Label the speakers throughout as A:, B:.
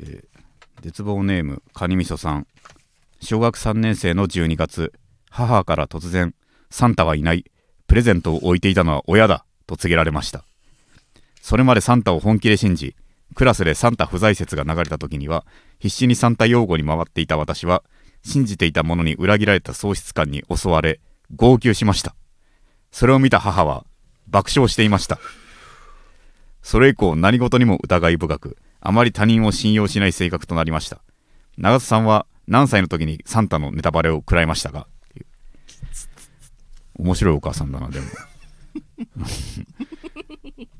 A: えー絶望ネームカニみそさん小学3年生の12月母から突然「サンタはいないプレゼントを置いていたのは親だ」と告げられましたそれまでサンタを本気で信じクラスでサンタ不在説が流れた時には必死にサンタ擁護に回っていた私は信じていたものに裏切られた喪失感に襲われ号泣しましたそれを見た母は爆笑していましたそれ以降何事にも疑い深くあまり他人を信用しない性格となりました長田さんは何歳の時にサンタのネタバレを食らいましたかっていう面白いお母さんだなでも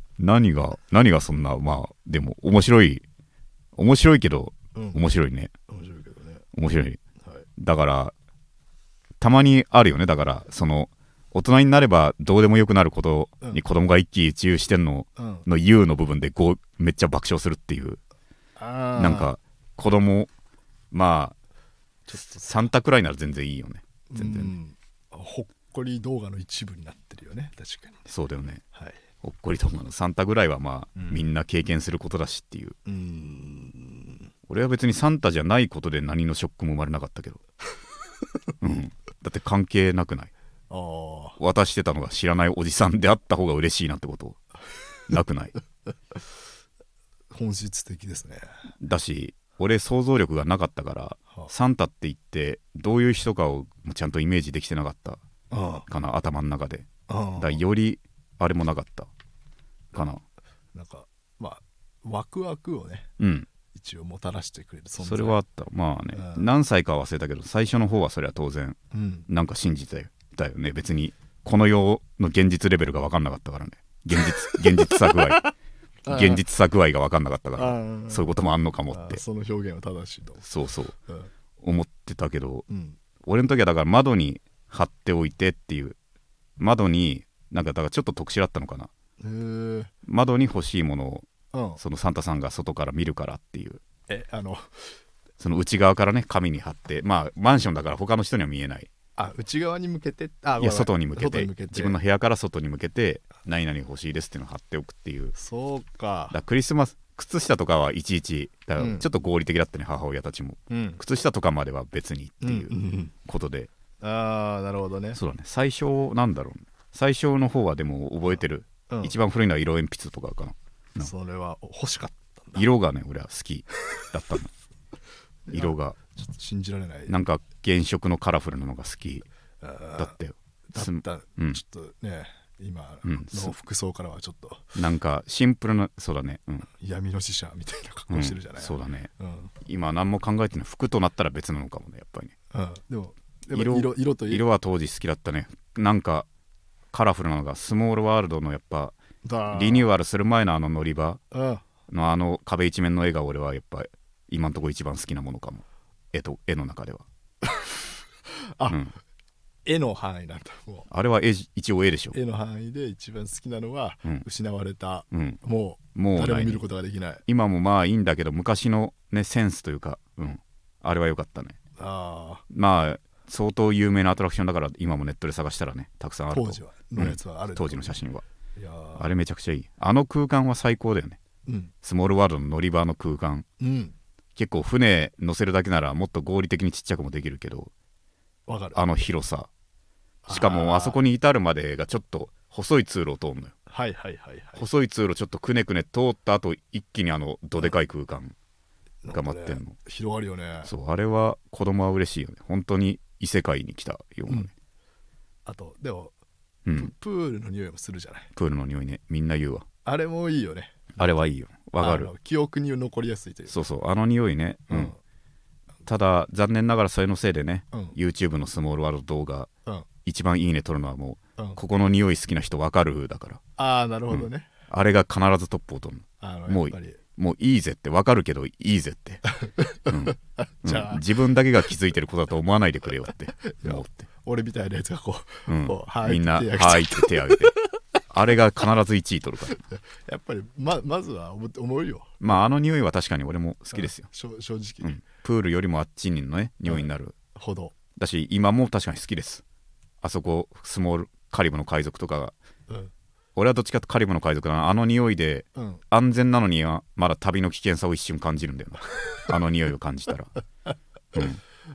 A: 何が何がそんなまあでも面白い面白いけど
B: うん面
A: 面白いね
B: 白いけどね。
A: 面白い
B: はい。
A: だからたまにあるよねだからその大人になればどうでもよくなることに子供が一喜一憂してんの
B: うん。
A: の U の部分でこうめっちゃ爆笑するっていう
B: あー
A: なん、か子供まあ
B: ちょっと
A: サンタくらいなら全然いいよね全然
B: うんほっこり動画の一部になってるよね。確かに。
A: そうだよね
B: はい。
A: ほっこりと思うのサンタぐらいはまあ、
B: うん
A: みんな経験することだしっていう
B: うーん。
A: 俺は別にサンタじゃないことで何のショックも生まれなかったけ ど、うん、だって関係なくない
B: ああ。
A: 渡してたのが知らないおじさんであった方が嬉しいなってことなくない
B: 本質的ですね。
A: だし俺想像力がなかったから
B: は
A: サンタって言ってどういう人かをちゃんとイメージできてなかった
B: あ
A: かな頭の中で
B: あ。あ
A: だか
B: あ
A: ら。よりあれもなかったかな
B: なんか、まあ、ワクワクをね、
A: うん
B: 一応もたらしてくれる存在。
A: それはあったまあね
B: うん
A: 何歳かは忘れたけど最初の方はそれは当然
B: うん。
A: なんか信じてたよね別にこの世の現実レベルが分かんなかったからね現 実現実さ具合
B: ああ
A: 現実さ具合が分かんなかったから
B: ああ。
A: そういうこともあんのかも
B: あ
A: っ
B: あ
A: て
B: その表現は正しいと思
A: そうそう
B: う。
A: 思ってたけど
B: うん。うん
A: 俺の時はだから窓に貼っておいてっていう窓になんかだからちょっと特殊だったのかな
B: へー
A: 窓に欲しいものを
B: うん、
A: そのサンタさんが外から見るからっていう
B: えあの
A: その内側からね紙に貼ってまあマンションだから他の人には見えない
B: あ内側に向けて
A: い
B: あごめ
A: や
B: ん
A: 外に向け
B: 外
A: て自分の部屋から外に向けて何々欲しいですっていうのを貼っておくっていうだか
B: そうから
A: クリスマス靴下とかはいちいちだか
B: う
A: ら
B: ん
A: ちょっと合理的だったね母親たちも
B: うん
A: 靴下とかまでは別にってい
B: ん
A: うことで
B: うんああなるほどね
A: そうだね最初なんだろう最初の方はでも覚えてる
B: うん
A: 一番古いのは色鉛筆とかかなな
B: それは欲しかったんだ
A: 色がね俺は好きだ ったの色が
B: ちょっと信じられない
A: なんか原色のカラフルなのが好き
B: あー
A: だったよ
B: だ
A: すん
B: った
A: うん
B: ちょっとね今
A: うん
B: の服装からはちょっと
A: なんかシンプルなそうだねうん
B: 闇の使者みたいな格
A: う
B: 好
A: ん
B: してるじゃない
A: そうだね
B: うん
A: 今何も考えてない服となったら別なのかもねやっぱりね
B: うんでもで
A: 色
B: も色色と
A: 色は当時好きだったねなんかカラフルなのがスモールワールドのやっぱリニュ
B: ー
A: ーアルする前のあの乗り場
B: ア
A: のあの壁一面の絵が俺はやっぱ今んとこ一番好きなものかも絵と絵の中では
B: あ
A: うん、
B: 絵の範囲なんだも
A: あれは絵じ一応絵でしょ
B: う、絵の範囲で一番好きなのは
A: うん
B: 失われた
A: うん、
B: もう
A: もう
B: 誰
A: な
B: も
A: い、
B: 見
A: ね
B: る、ことができない
A: 今もまあいいんだけど昔のねセンスというか、うん、あれは良かったね
B: あ
A: まあ相当有名なアトラクションだから今もネットで探したらねたくさんあ
B: あ
A: ると
B: 当時はのやつはある
A: 当時の写真はい
B: やー
A: あれめちゃくちゃいいあの空間は最高だよね
B: うん
A: スモールワールドの乗り場の空間
B: うん
A: 結構船乗せるだけならもっと合理的にちっちゃくもできるけど
B: わかる
A: あの広さしかもあそこ
B: に
A: に至るまでがちょっと細い通路を通るのよ
B: はいはいはいはい
A: 細い通路ちょっとくねくね通った後一気にあのどでかい空間が待ってんの
B: なんかね広がるよね
A: そうあれは子供は嬉しいよね本当に異世界に来たようなね、
B: あとでも
A: うん
B: ププールの匂いもするじゃない
A: プールの匂いねみんな言うわ
B: あれもいいよね
A: あれはいいよわかる
B: あの記憶に残りやすいという
A: そうそうあの匂いね、う
B: うんん
A: ただ残念ながらそれのせいでね、
B: うん
A: YouTube のスモールワールド動画
B: うん
A: 一番いいね取るのはもう、
B: うん
A: ここの匂い好きな人わかるだから
B: ああなるほどね
A: あれが必ずトップを取るの
B: あの
A: もう
B: やっぱり
A: もういいぜってわかるけどいいぜって、 うん
B: じゃあ
A: うん自分だけが気づいてることだと思わないでくれよって思って、
B: 俺みたいなやつがこう
A: うん
B: こうは
A: み
B: い
A: んな「
B: 手挙げちゃう
A: はい」って手挙げてあれが必ず1位取るから
B: やっぱりままずは思思うよ
A: まああの匂いは確かに俺も好きですよ、
B: しょ正
A: う
B: 直
A: ん、プールよりもあっちにのね匂いになる、
B: ほど
A: だし今も確かに好きですあそこスモールカリブの海賊とかが
B: うん
A: 俺はどっちかってカリブの海賊だなあの匂いで
B: うん、
A: 安全なのにはまだ旅の危険さを一瞬感じるんだよなあの匂いを感じたらうん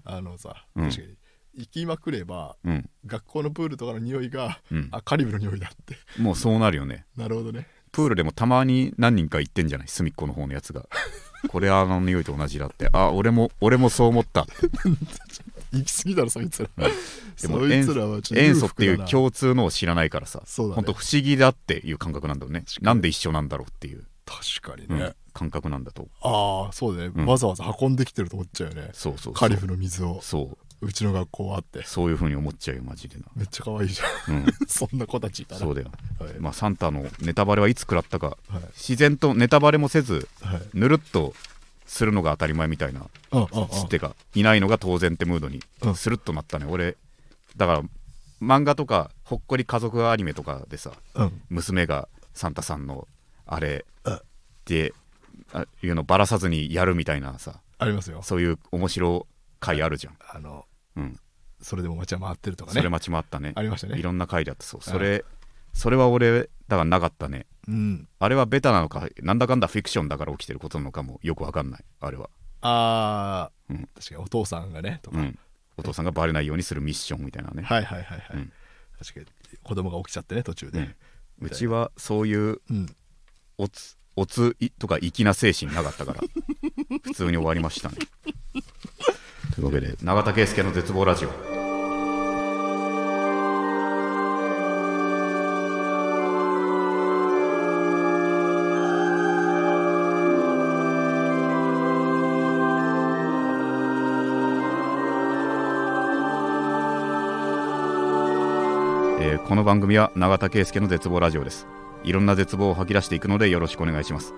B: あのさ、
A: うん
B: 確かに行きまくれば
A: うん
B: 学校のプールとかの匂いが、
A: うん
B: あカリブの匂いだって
A: もうそうなるよね
B: なるほどね
A: プールでもたまに何人か行ってんじゃない隅っこの方のやつがこれあの匂いと同じだってあ俺も俺もそう思った
B: 行き過ぎだろそいつら、
A: で も
B: そいつらはちょっと
A: 塩素ってい
B: 裕福だ
A: う
B: な
A: 共通のを知らないからさ、
B: そうだね
A: ほんと不思議だっていう感覚なんだろうね
B: 確かに
A: なんで一緒なんだろうっていう、
B: 確かに
A: う
B: ね、
A: ん感覚なんだと
B: ああそうだね、
A: うん
B: わざわざ運んできてると思っちゃうよね
A: そうそうそう
B: カリフの水を
A: そう
B: うちの学校あって
A: そういうふうに思っちゃうよマジでな、
B: めっちゃ可愛いじゃん
A: うん、
B: そんな子たちいたら
A: そうだよ
B: はい
A: まあサンタのネタバレはいつ食らったか
B: はい
A: 自然とネタバレもせず
B: はい
A: ぬるっとするのが当たり前みたいな
B: うんうんうん
A: つってかいないのが当然ってムードに
B: うん
A: スルッとなったね俺だから漫画とかほっこり家族アニメとかでさ
B: うん
A: 娘がサンタさんのあれ
B: うん
A: ってあいうのばらさずにやるみたいなさ
B: ありますよ
A: そういう面白回あるじゃん、
B: あの
A: うん、
B: それでも街は回ってるとか
A: それ
B: ね
A: 待ちもあったね
B: ありました
A: い
B: ね
A: ろんな回であってそう
B: はい
A: それそれは俺だからなかったね
B: うん
A: あれはベタなのかなんだかんだフィクションだから起きてることなのかもよくわかんないあれは
B: ああ、
A: うん
B: 確かにお父さんがねとか、
A: うんお父さんがバレないようにするミッションみたいなね、
B: はいはいはいは
A: う
B: い、
A: ん
B: 確かに子供が起きちゃってね途中
A: う
B: で
A: んうちはそういう
B: うん、
A: おつおついとか粋な精神なかった から普通に終わりましたねというわけで永田圭介の絶望ラジオえーこの番組は永田圭介の絶望ラジオですいろんな絶望を吐き出していくのでよろしくお願いします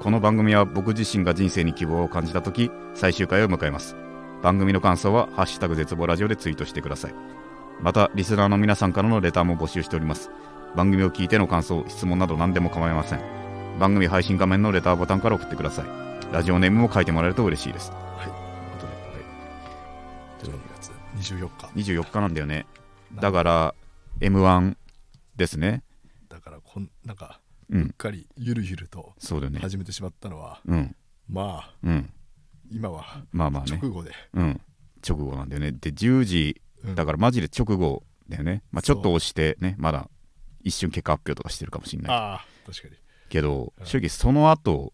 A: この番組は僕自身が人生に希望を感じた時最終回を迎えます番組の感想は「ハッシュタグ絶望ラジオ」でツイートしてくださいまたリスナーの皆さんからのレターも募集しております番組を聞いての感想質問など何でも構いません番組配信画面のレターボタンから送ってくださいラジオネームも書いてもらえると嬉しいです
B: はいということで、はい、12月24日
A: 24日なんだよねだから m 1ですね
B: だからこんなんか
A: う
B: うんっかりゆるゆると
A: そうだよね
B: 始めてしまったのは、
A: うん
B: まあ
A: うん
B: 今は
A: まあまあね
B: 直後で、
A: うん、直後なんだよね。で、10時、
B: うん
A: だからマジで直後だよね。まあ、ちょっ
B: そ
A: と押してね、まだ一瞬結果発表とかしてるかもしれない
B: ああ確かに
A: けど
B: う、ん
A: 正直その後、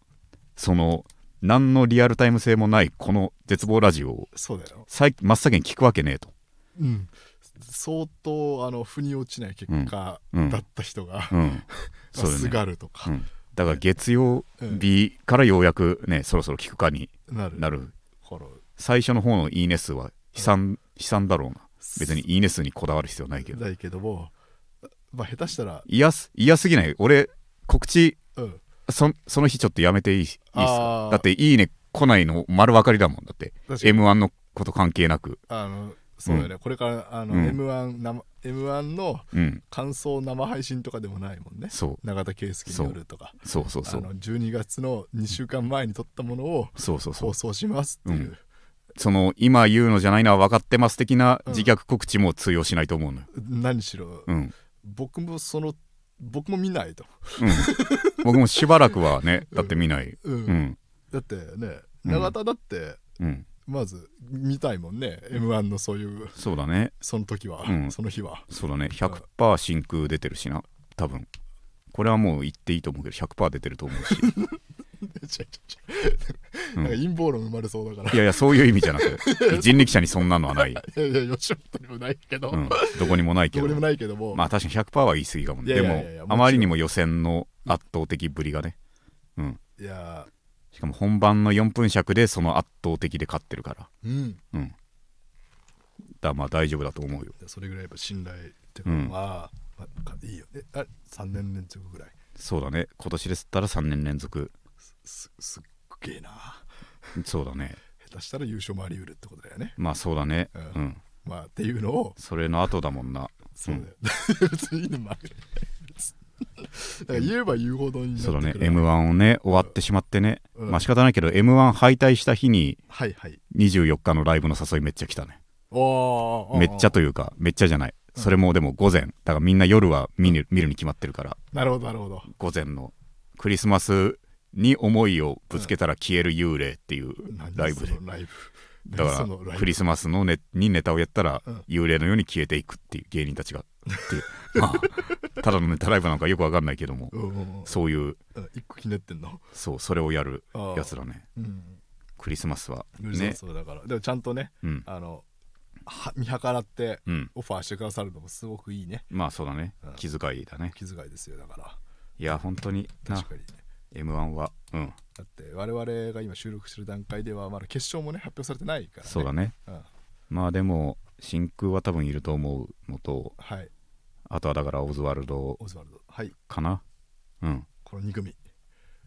A: その、何のリアルタイム性もないこの絶望ラジオを
B: そうだよ、
A: 最真っ先に聞くわけねえと。
B: うん、相当あの腑に落ちない結果
A: うんうん
B: だった人が、
A: うん。
B: まあ
A: そうだ
B: す
A: よね。
B: がると
A: う
B: か、
A: ん、だから月曜日からようやくね、そろそろ聞くかに
B: なる
A: なる。
B: 頃
A: 最初の方のいいね数は悲惨、悲惨だろうな。別にいいね数にこだわる必要ないけど。
B: だけどもまあ下手したら、
A: 嫌す、嫌すぎない。俺、告知
B: うん、
A: そその日ちょっとやめていいいいっす
B: あ
A: か
B: ー
A: だって「いいね」来ないの丸分かりだもんだって
B: 確かに
A: m 1のこと関係なく
B: あのそうだよね、これからあの、
A: うん
B: M1, 生 M1 の
A: うん
B: 感想生配信とかでもないもんね
A: そ
B: 永田圭介によるとか
A: うそうそうそ
B: あ
A: う
B: の12月の2週間前に撮ったものを
A: そうそうそう
B: 放送しますっていう、
A: その今言うのじゃないのは分かってます的な自虐告知も通用しないと思うのよ
B: 何しろ
A: うん、 うん、
B: 僕もその僕も見ないと、
A: 僕もしばらくはねだって見ない
B: うん
A: うん
B: だってね
A: うん
B: 永田だって
A: うん
B: まず見たいもんね、m 1のそういう
A: そうだね
B: その時は、
A: うん
B: その日は
A: そうだね100%真空出てるしな多分これはもう言っていいと思うけど100%出てると思うし
B: 違う違う違う
A: うん
B: なんか陰謀論生まれそうだか
A: いやいやそういう意味じゃなく 人力車にそんなのはない、
B: ら、いやいや吉本にもないけど、
A: うん、どこにもないけど
B: どこでもないけども、
A: まあ確かに100%は言い過ぎかもね
B: いや
A: で
B: いやいや
A: も
B: いやもちろん
A: あまりにも予選の圧倒的ぶりがねうん
B: いや
A: しかも本番の4分尺でその圧倒的で勝ってるから
B: うん
A: うんだまあ大丈夫だと思うよ
B: それぐらいやっぱ信頼っていうのは、まあかいいよねあ3年連続ぐらい
A: そうだね今年ですったら3年連続
B: すすっげえな
A: そうだね
B: 下手したら優勝もあり得るってことだよね
A: まあそうだねう
B: うんん、まあっていうのを
A: それの後だもんな
B: そうだよ、別にいいのもあるだから言えば言うほどになって
A: そ
B: く
A: う
B: る
A: だね m 1をね終わってしまってね、
B: うん
A: まあ仕方ないけど m 1敗退した日に
B: はいはい
A: 24日のライブの誘いめっちゃ来たね
B: おーおーおー
A: めっちゃというかめっちゃじゃないそれもでも午前だからみんな夜は見る見るに決まってるから
B: なるほどなるほど
A: 午前のクリスマスに思いをぶつけたら消える幽霊っていう
B: 何
A: ライブで
B: そのライブ
A: だ
B: 何
A: か
B: その
A: ら
B: ライ
A: ク
B: ブ
A: リスマスの、ね、にネタをやったら
B: うん
A: 幽霊のように消えていくっていう芸人たちがっていう まあただのネタライブなんかよくわかんないけども
B: うんうんうん
A: そういう
B: うん一個ひねってんの
A: そうそれをやる
B: ああ
A: やつらね
B: うん
A: クリスマスは
B: クリスマ
A: ね
B: スはだからでもちゃんとね
A: うん
B: あのは見計らって
A: うん
B: オファーしてくださるのもすごくいいね
A: まあそうだね
B: うん
A: 気遣いだね
B: 気遣いですよだから
A: いや本当にな
B: 確かにね
A: m 1はうん
B: だって我々が今収録してる段階ではまだ決勝もね発表されてないからね
A: そうだね
B: うん
A: まあでも真空は多分いると思うのと
B: はい
A: あとはだからオズワルド
B: オズワルドはい
A: かなうん
B: この2組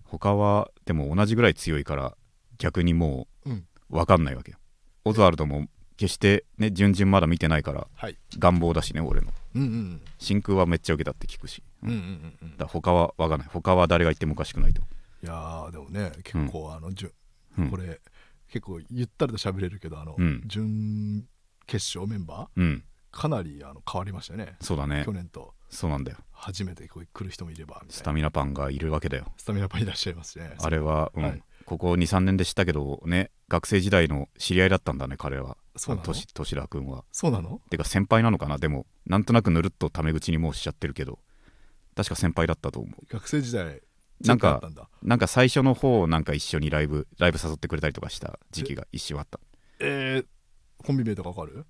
A: 他はでも同じぐらい強いから逆にも
B: うん
A: う分かんないわけよオズワルドも決してね順々まだ見てないから
B: はい
A: 願望だしね俺の
B: うんうん
A: 真空はめっちゃ受けたって聞くし、
B: うんうんうんうん
A: だから他は分かんない他は誰が言ってもおかしくないと、
B: いやーでもね結構あの、じゅ
A: うん、
B: これ結構ゆったりと喋れるけどあの、
A: うん
B: 準決勝メンバ
A: うん
B: ーかなりあの変わりましたよね
A: そうだね
B: 去年と
A: そうなんだよ
B: 初めてこう来る人もいればみた
A: ス
B: い
A: タ
B: な
A: ミナパンがいるわけだよ
B: スタミナパンいらっしゃいますね
A: あれは、うん
B: はい
A: ここ23年で知ったけどね学生時代の知り合いだったんだね彼は
B: そうなの
A: としらくんは
B: そうなの
A: てか先輩なのかなでもなんとなくぬるっとタメ口にもうしちゃってるけど確か先輩だったと思う
B: 学生時代
A: なん
B: チェックあった
A: か
B: んだ
A: なんか最初の方なんか一緒にライブライブ誘ってくれたりとかした時期が一瞬あった
B: えー、コンビ名とかわかる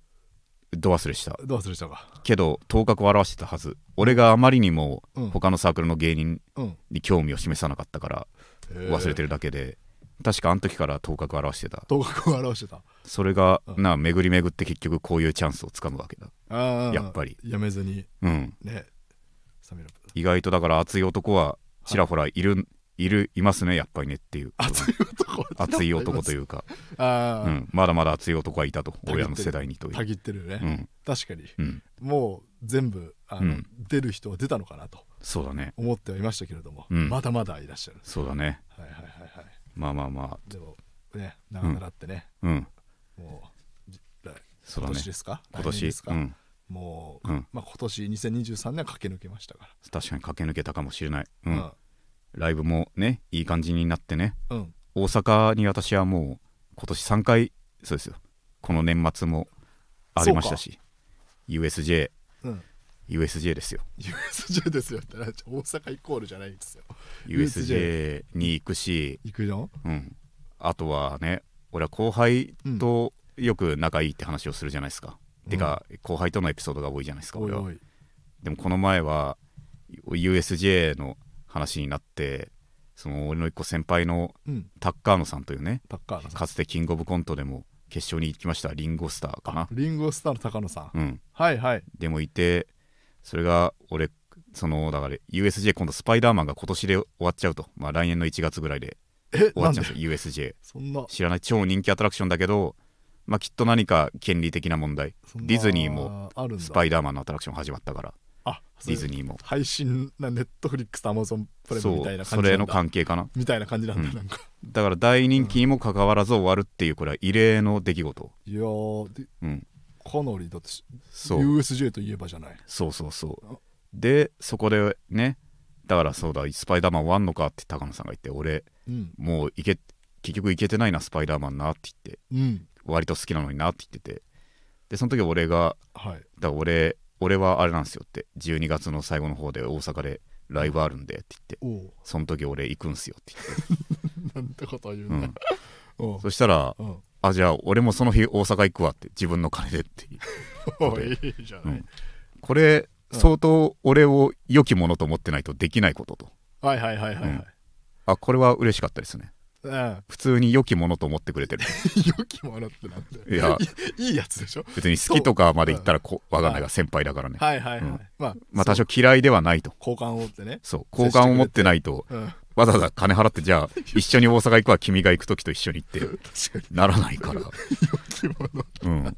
A: ど忘れした
B: どう忘れしたか
A: けど頭角を表してたはず俺があまりにも
B: うん
A: 他のサークルの芸人
B: うん、
A: に興味を示さなかったから
B: えー
A: 忘れてるだけで、確かあの時から頭角を表してた
B: 頭角を表してた
A: それが
B: うん
A: な巡り巡って結局こういうチャンスをつかむわけだ
B: あー
A: やっぱり
B: やめずに
A: うん
B: ねスタミナパン
A: 意外とだから熱い男はちらほらいる、い、るいますねやっぱりねっていう
B: 熱い男
A: 熱い男といううか、
B: あ
A: う
B: あ、
A: ん、まだまだ熱い男はいたと
B: る
A: 親の世代にとい
B: た
A: う、
B: ぎってるね、
A: うん
B: 確かに
A: うん、
B: もう全部あの、
A: うん
B: 出る人は出たのかなと
A: そうだね
B: 思ってはいましたけれども、
A: うん
B: まだまだいらっしゃる
A: そうだね
B: はいはいはいはい
A: まあまあま
B: でもね長くなってね、
A: あうん
B: もうじ来
A: そう
B: 今
A: だね
B: 年ですか
A: 今
B: 来
A: 年
B: 年ですか、
A: うん、
B: もう、
A: うん
B: まあ、今年2023年は駆け抜けましたか
A: 確かに駆け抜けたかもしれない、う
B: ら
A: んライブもねいい感じになってね
B: うん、うん
A: 大阪に私はもう今年3回そうですよこの年末もありましたし USJUSJ
B: うん
A: USJ ですよ
B: USJ ですよってなっちゃう大阪イコールじゃないですよ
A: USJ に行くし、
B: 行くよ
A: うん、あとはね俺は後輩とよく仲いいって話をするじゃないですか、
B: うん
A: てか後輩とのエピソードが多いじゃないですか
B: おい
A: 俺は
B: おい
A: でもこの前は USJ の話になってその俺の一個先輩の
B: うん
A: タッカーノさんというね
B: タッカーノさん
A: かつてキングオブコントでも決勝に行きましたリンゴスターかな
B: リンゴスターの高野さん、
A: うん
B: はいはい
A: でもいてそれが俺そのだから USJ 今度スパイダーマンが今年で終わっちゃうとまあ来年の1月ぐらいで
B: え
A: 終わ
B: な
A: っ
B: ん
A: ちゃ
B: で
A: うんですよ USJ
B: そんな
A: 知らない超人気アトラクションだけど、まあ、きっと何か権利的な問題
B: そんな
A: ディズニーも
B: あるんだ
A: スパイダーマンのアトラクション始まったから
B: あ
A: ディズ
B: ニー
A: ニーも
B: 配信なネットフリックスアマゾンプレミアムみ
A: そ
B: たいな
A: う
B: 感
A: そ
B: じ
A: れ
B: なん
A: の
B: だ
A: 関係かな
B: みたいな感じなんだ、
A: うん
B: なんか
A: だから大人気にもかかわらず終わるっていうこれは異例の出来事、
B: いやーで
A: うん、
B: かなりだってし
A: そう
B: USJ といえばじゃない
A: そうそうそうでそこでねだからそうだスパイダーマン終わんのかって高野さんが言って俺
B: うん
A: もういけ結局いけてないなスパイダーマンなって言って
B: うん
A: 割と好きなのになって言っててでその時俺が
B: はい
A: だから俺俺はあれなんですよって12月の最後の方で大阪でライブあるんでって言って
B: おお
A: その時俺行くんすよって
B: なんてことを言う
A: 言っ
B: な
A: て、
B: お
A: うん、
B: う
A: そしたら
B: うん
A: 「あじゃあ俺もその日大阪行くわ」って自分の金でっていう
B: お いいいじゃない、
A: うんこれ
B: うん
A: 相当俺を良きものと思ってないとできないことと
B: はいはいはいはいはい、
A: あこれは嬉しかったですね
B: うん、良
A: 普通に良きものと思ってくれてる
B: きものってなんで
A: いや
B: いいいやつでしょ
A: 別に好きとかまで言ったらこわかんないが先輩だからね
B: はいはいはい、
A: うん
B: まあ
A: まあ多
B: そう
A: 少嫌いではないと
B: 交換をってね
A: そう好感を持ってないと
B: うん
A: わざわざ金払ってじゃ あ一緒に大阪行くわ君が行く時と一緒に行って
B: 確か
A: ならないから
B: に着物
A: うん、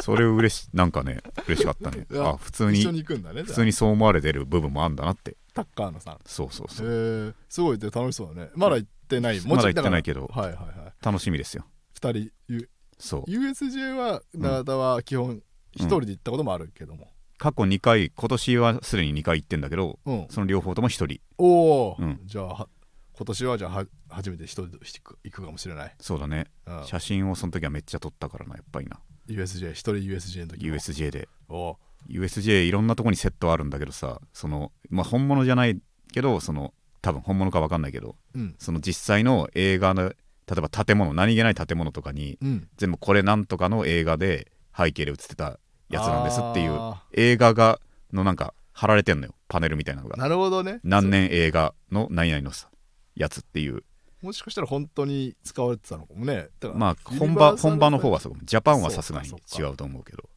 A: それ嬉しなんかね嬉しかったね
B: いや
A: あ普通
B: 一緒
A: に
B: に行くんだね
A: 普通
B: に
A: にそう思われてる部分もあんだなって
B: タッカーのさん
A: そうそう
B: へ
A: そう
B: ーすごいで楽しそうだねまだ行ってないも
A: まだ
B: ちろん
A: 行ってないけど
B: だからはいはいはい
A: 楽しみですよ
B: 2人ゆ
A: そう
B: USJ は永田は基本一人で行ったこともあるけども、
A: 過去2回今年はすでに2回行ってんだけど
B: うん、
A: その両方とも1人
B: おお、
A: うん
B: じゃあは今年はじゃあは初めて一人で行く行くかもしれない、
A: そうだね
B: うん、
A: 写真をその時はめっちゃ撮ったからなやっぱりな
B: USJ 一人 USJ の時も
A: USJ で
B: おー
A: USJ いろんなとこにセットあるんだけどさその、まあ、本物じゃないけどその多分本物か分かんないけど
B: うん
A: その実際の映画の例えば建物何気ない建物とかに
B: うん
A: 全部これなんとかの映画で背景で映ってたやつなんですっていう
B: あ
A: 映画がのなんか貼られてんのよパネルみたいなの
B: ー
A: が
B: なるほどね
A: 何年映画の何々のさやつっていう
B: もしかしたら本当に使われてたのかもね。だから
A: まあ
B: ユニ
A: 本
B: バ
A: 場
B: ーサル
A: 本場の方はそうかもジャパンは
B: そう
A: さ
B: か
A: すがに
B: そうか
A: 違うと思うけど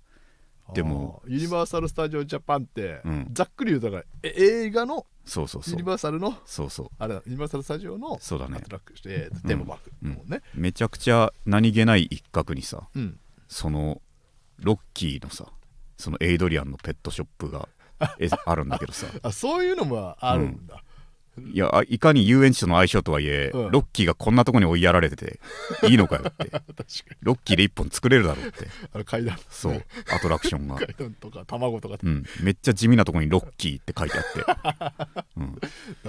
A: でも
B: あーユニバーサル・スタジオ・ジャパンって、
A: うん
B: ざっくり言うとだからえ映画の
A: そうそう
B: ユ
A: そう
B: ニバーサルの
A: そうそう
B: あれだユニバーサル・スタジオの
A: そうだ
B: ア
A: ね
B: トラクション、えーとテーマパーク
A: うん
B: だもんね、
A: めちゃくちゃ何気ない一角にさ
B: うん
A: そのロッキーのさそのエイドリアンのペットショップがえあるんだけどさ
B: あそういうのもあるんだ、
A: いやあいかに遊園地との相性とはいえ、
B: うん
A: ロッキーがこんなとこに追いやられてていいのかよって
B: 確か
A: ロッキーで一本作れるだろうって
B: にあの階段
A: そうアトラクションが、
B: 階段とか卵とか
A: うん、めっちゃ地味なとこにロッキーって書いてあって、うん、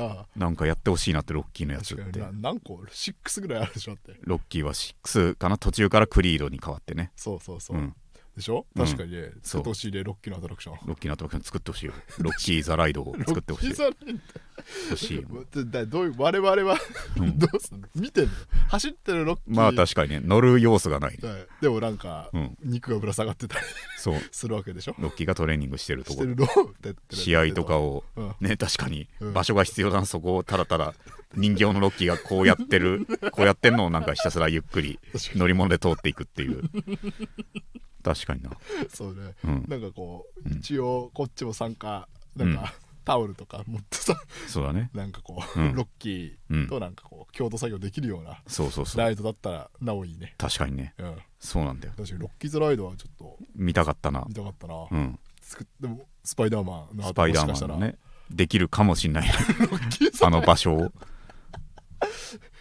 B: あ
A: なんかやってほしいなってロッキーのやつ
B: 確
A: っ
B: かに
A: て
B: な何個 ?6 ぐらいあるでしょって
A: ロッキーは6かな途中からクリードに変わってね、
B: そうそうそうう、
A: ん、
B: でしょ
A: うん
B: 確かにね
A: そう
B: 今年でロッキーのアトラクション
A: ロッキーのアトラクション作ってほしいよロッキー・ザ・ライ ドを作ってほしい
B: ロッキーさん
A: 欲しい
B: もうだだどういう我々は
A: うん
B: どうすんの見てんの走ってるロッキー
A: まあ確かにね乗る要素がないね
B: はいでもなんか、
A: うん
B: 肉がぶら下がってたり
A: そう
B: するわけでしょ
A: ロッキーがトレーニングしてると
B: し
A: こ
B: て
A: ろ
B: るの
A: 試合とか
B: を
A: を
B: うん
A: ね確かに
B: うん
A: 場所が必要だなそこをただただ人形のロッキーがこうやって るこうやってんのをなんかひたすらゆっくり
B: 確かに
A: 乗り物で通っていくっていう確かにな
B: そうね、
A: うん
B: なんかこう、
A: うん
B: 一応こっちも参加なんか、
A: うん
B: タオルとか持ってさ
A: そうだね
B: なんかこう、
A: うん
B: ロッキーとなんかこう共同作業できるような
A: そうそうそ
B: ラ
A: う
B: イドだったらなおいいね、
A: 確かにね
B: うん、
A: そうなんだよ
B: 確かにロッキーズライドはちょっと
A: 見たかったな
B: 見たかったな、
A: うん
B: 作っでもスパイダーマンの
A: ス
B: 後
A: パイ
B: も
A: ダ
B: し
A: ー
B: か
A: マ
B: したら
A: ンのねできるかもしんない
B: さ
A: あの場所を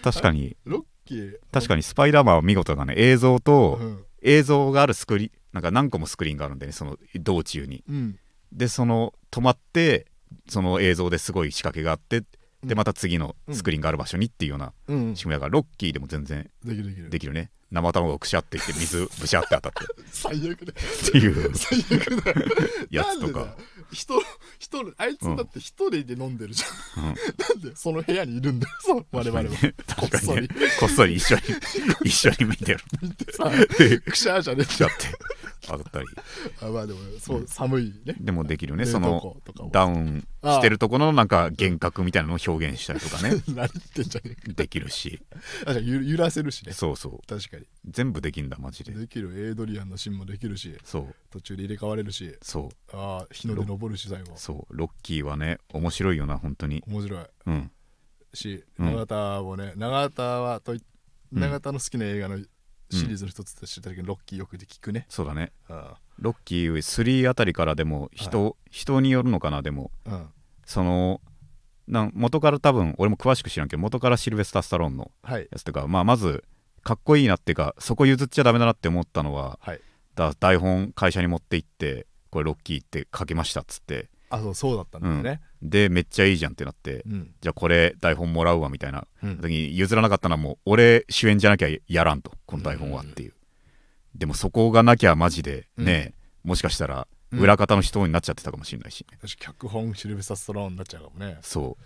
A: 確かに
B: ロッキー
A: 確かにスパイダーマンは見事だね映像と、
B: うん
A: 映像があるスクリーンなんか何個もスクリーンがあるんでねその道中に
B: うん
A: でその止まってその映像ですごい仕掛けがあって
B: う
A: で
B: ん
A: また次のスクリーンがある場所にっていうような
B: うんうん、で
A: 仕組みだからロッキーでも全然
B: きるできる
A: できるね生卵がくしゃっていって水ぶしゃって当たっ
B: 最悪だ
A: てって いう
B: 最悪だ
A: やつと
B: なん
A: か
B: でだよ人人あいつだって一人で飲んでるじゃん、
A: うん
B: なんでその部屋にいるんだよ そう我々は、
A: 確かにね
B: こ
A: こっそり一緒に 一緒に見てる
B: 見てさくしゃーじゃねえ
A: しゃって当たったり
B: あまあでもそう寒いね
A: でもできるね
B: 冷
A: そ
B: 凍庫
A: の
B: とかを
A: ダウンしてるところのなんか幻覚みたいなのを表現したりとかね
B: 何言ってんじゃね
A: できる し
B: えかあじゃあ揺揺らせるしね
A: そうそう
B: 確かに
A: 全部できんだマジで
B: できるエイドリアンのシーンもできるし
A: そう
B: 途中で入れ替われるし
A: そう
B: あー日の出登るし最後
A: そうロッキーはね面白いよな本当に
B: 面白い
A: うん
B: し
A: うん
B: 永田もね永田はとい
A: うん
B: 永田の好きな映画のシリーズの一つとしてだけどロッキーよくで聞くね
A: そうだね
B: うん
A: ロッキー3あたりからでも人,、人によるのかなでも
B: うん
A: そのなん元から多分俺も詳しく知らんけど元からシルベスター・スタローンの
B: はい
A: やつとか、まあ、まずかっこいいなっていうかそこ譲っちゃダメだなって思ったのは
B: はい
A: だ台本会社に持って行ってこれロッキーって書けましたっつって
B: あそうそうだったんだよね
A: でめっちゃいいじゃんってなって
B: うん
A: じゃあこれ台本もらうわみたいな
B: うん
A: 時に譲らなかったのはもう俺主演じゃなきゃやらんとこの台本はっていう、でもそこがなきゃマジでね、もしかしたら
B: うん
A: 裏方の人になっちゃってたかもしれないしね、
B: 私脚本シルベスタストローンになっちゃうかもね
A: そ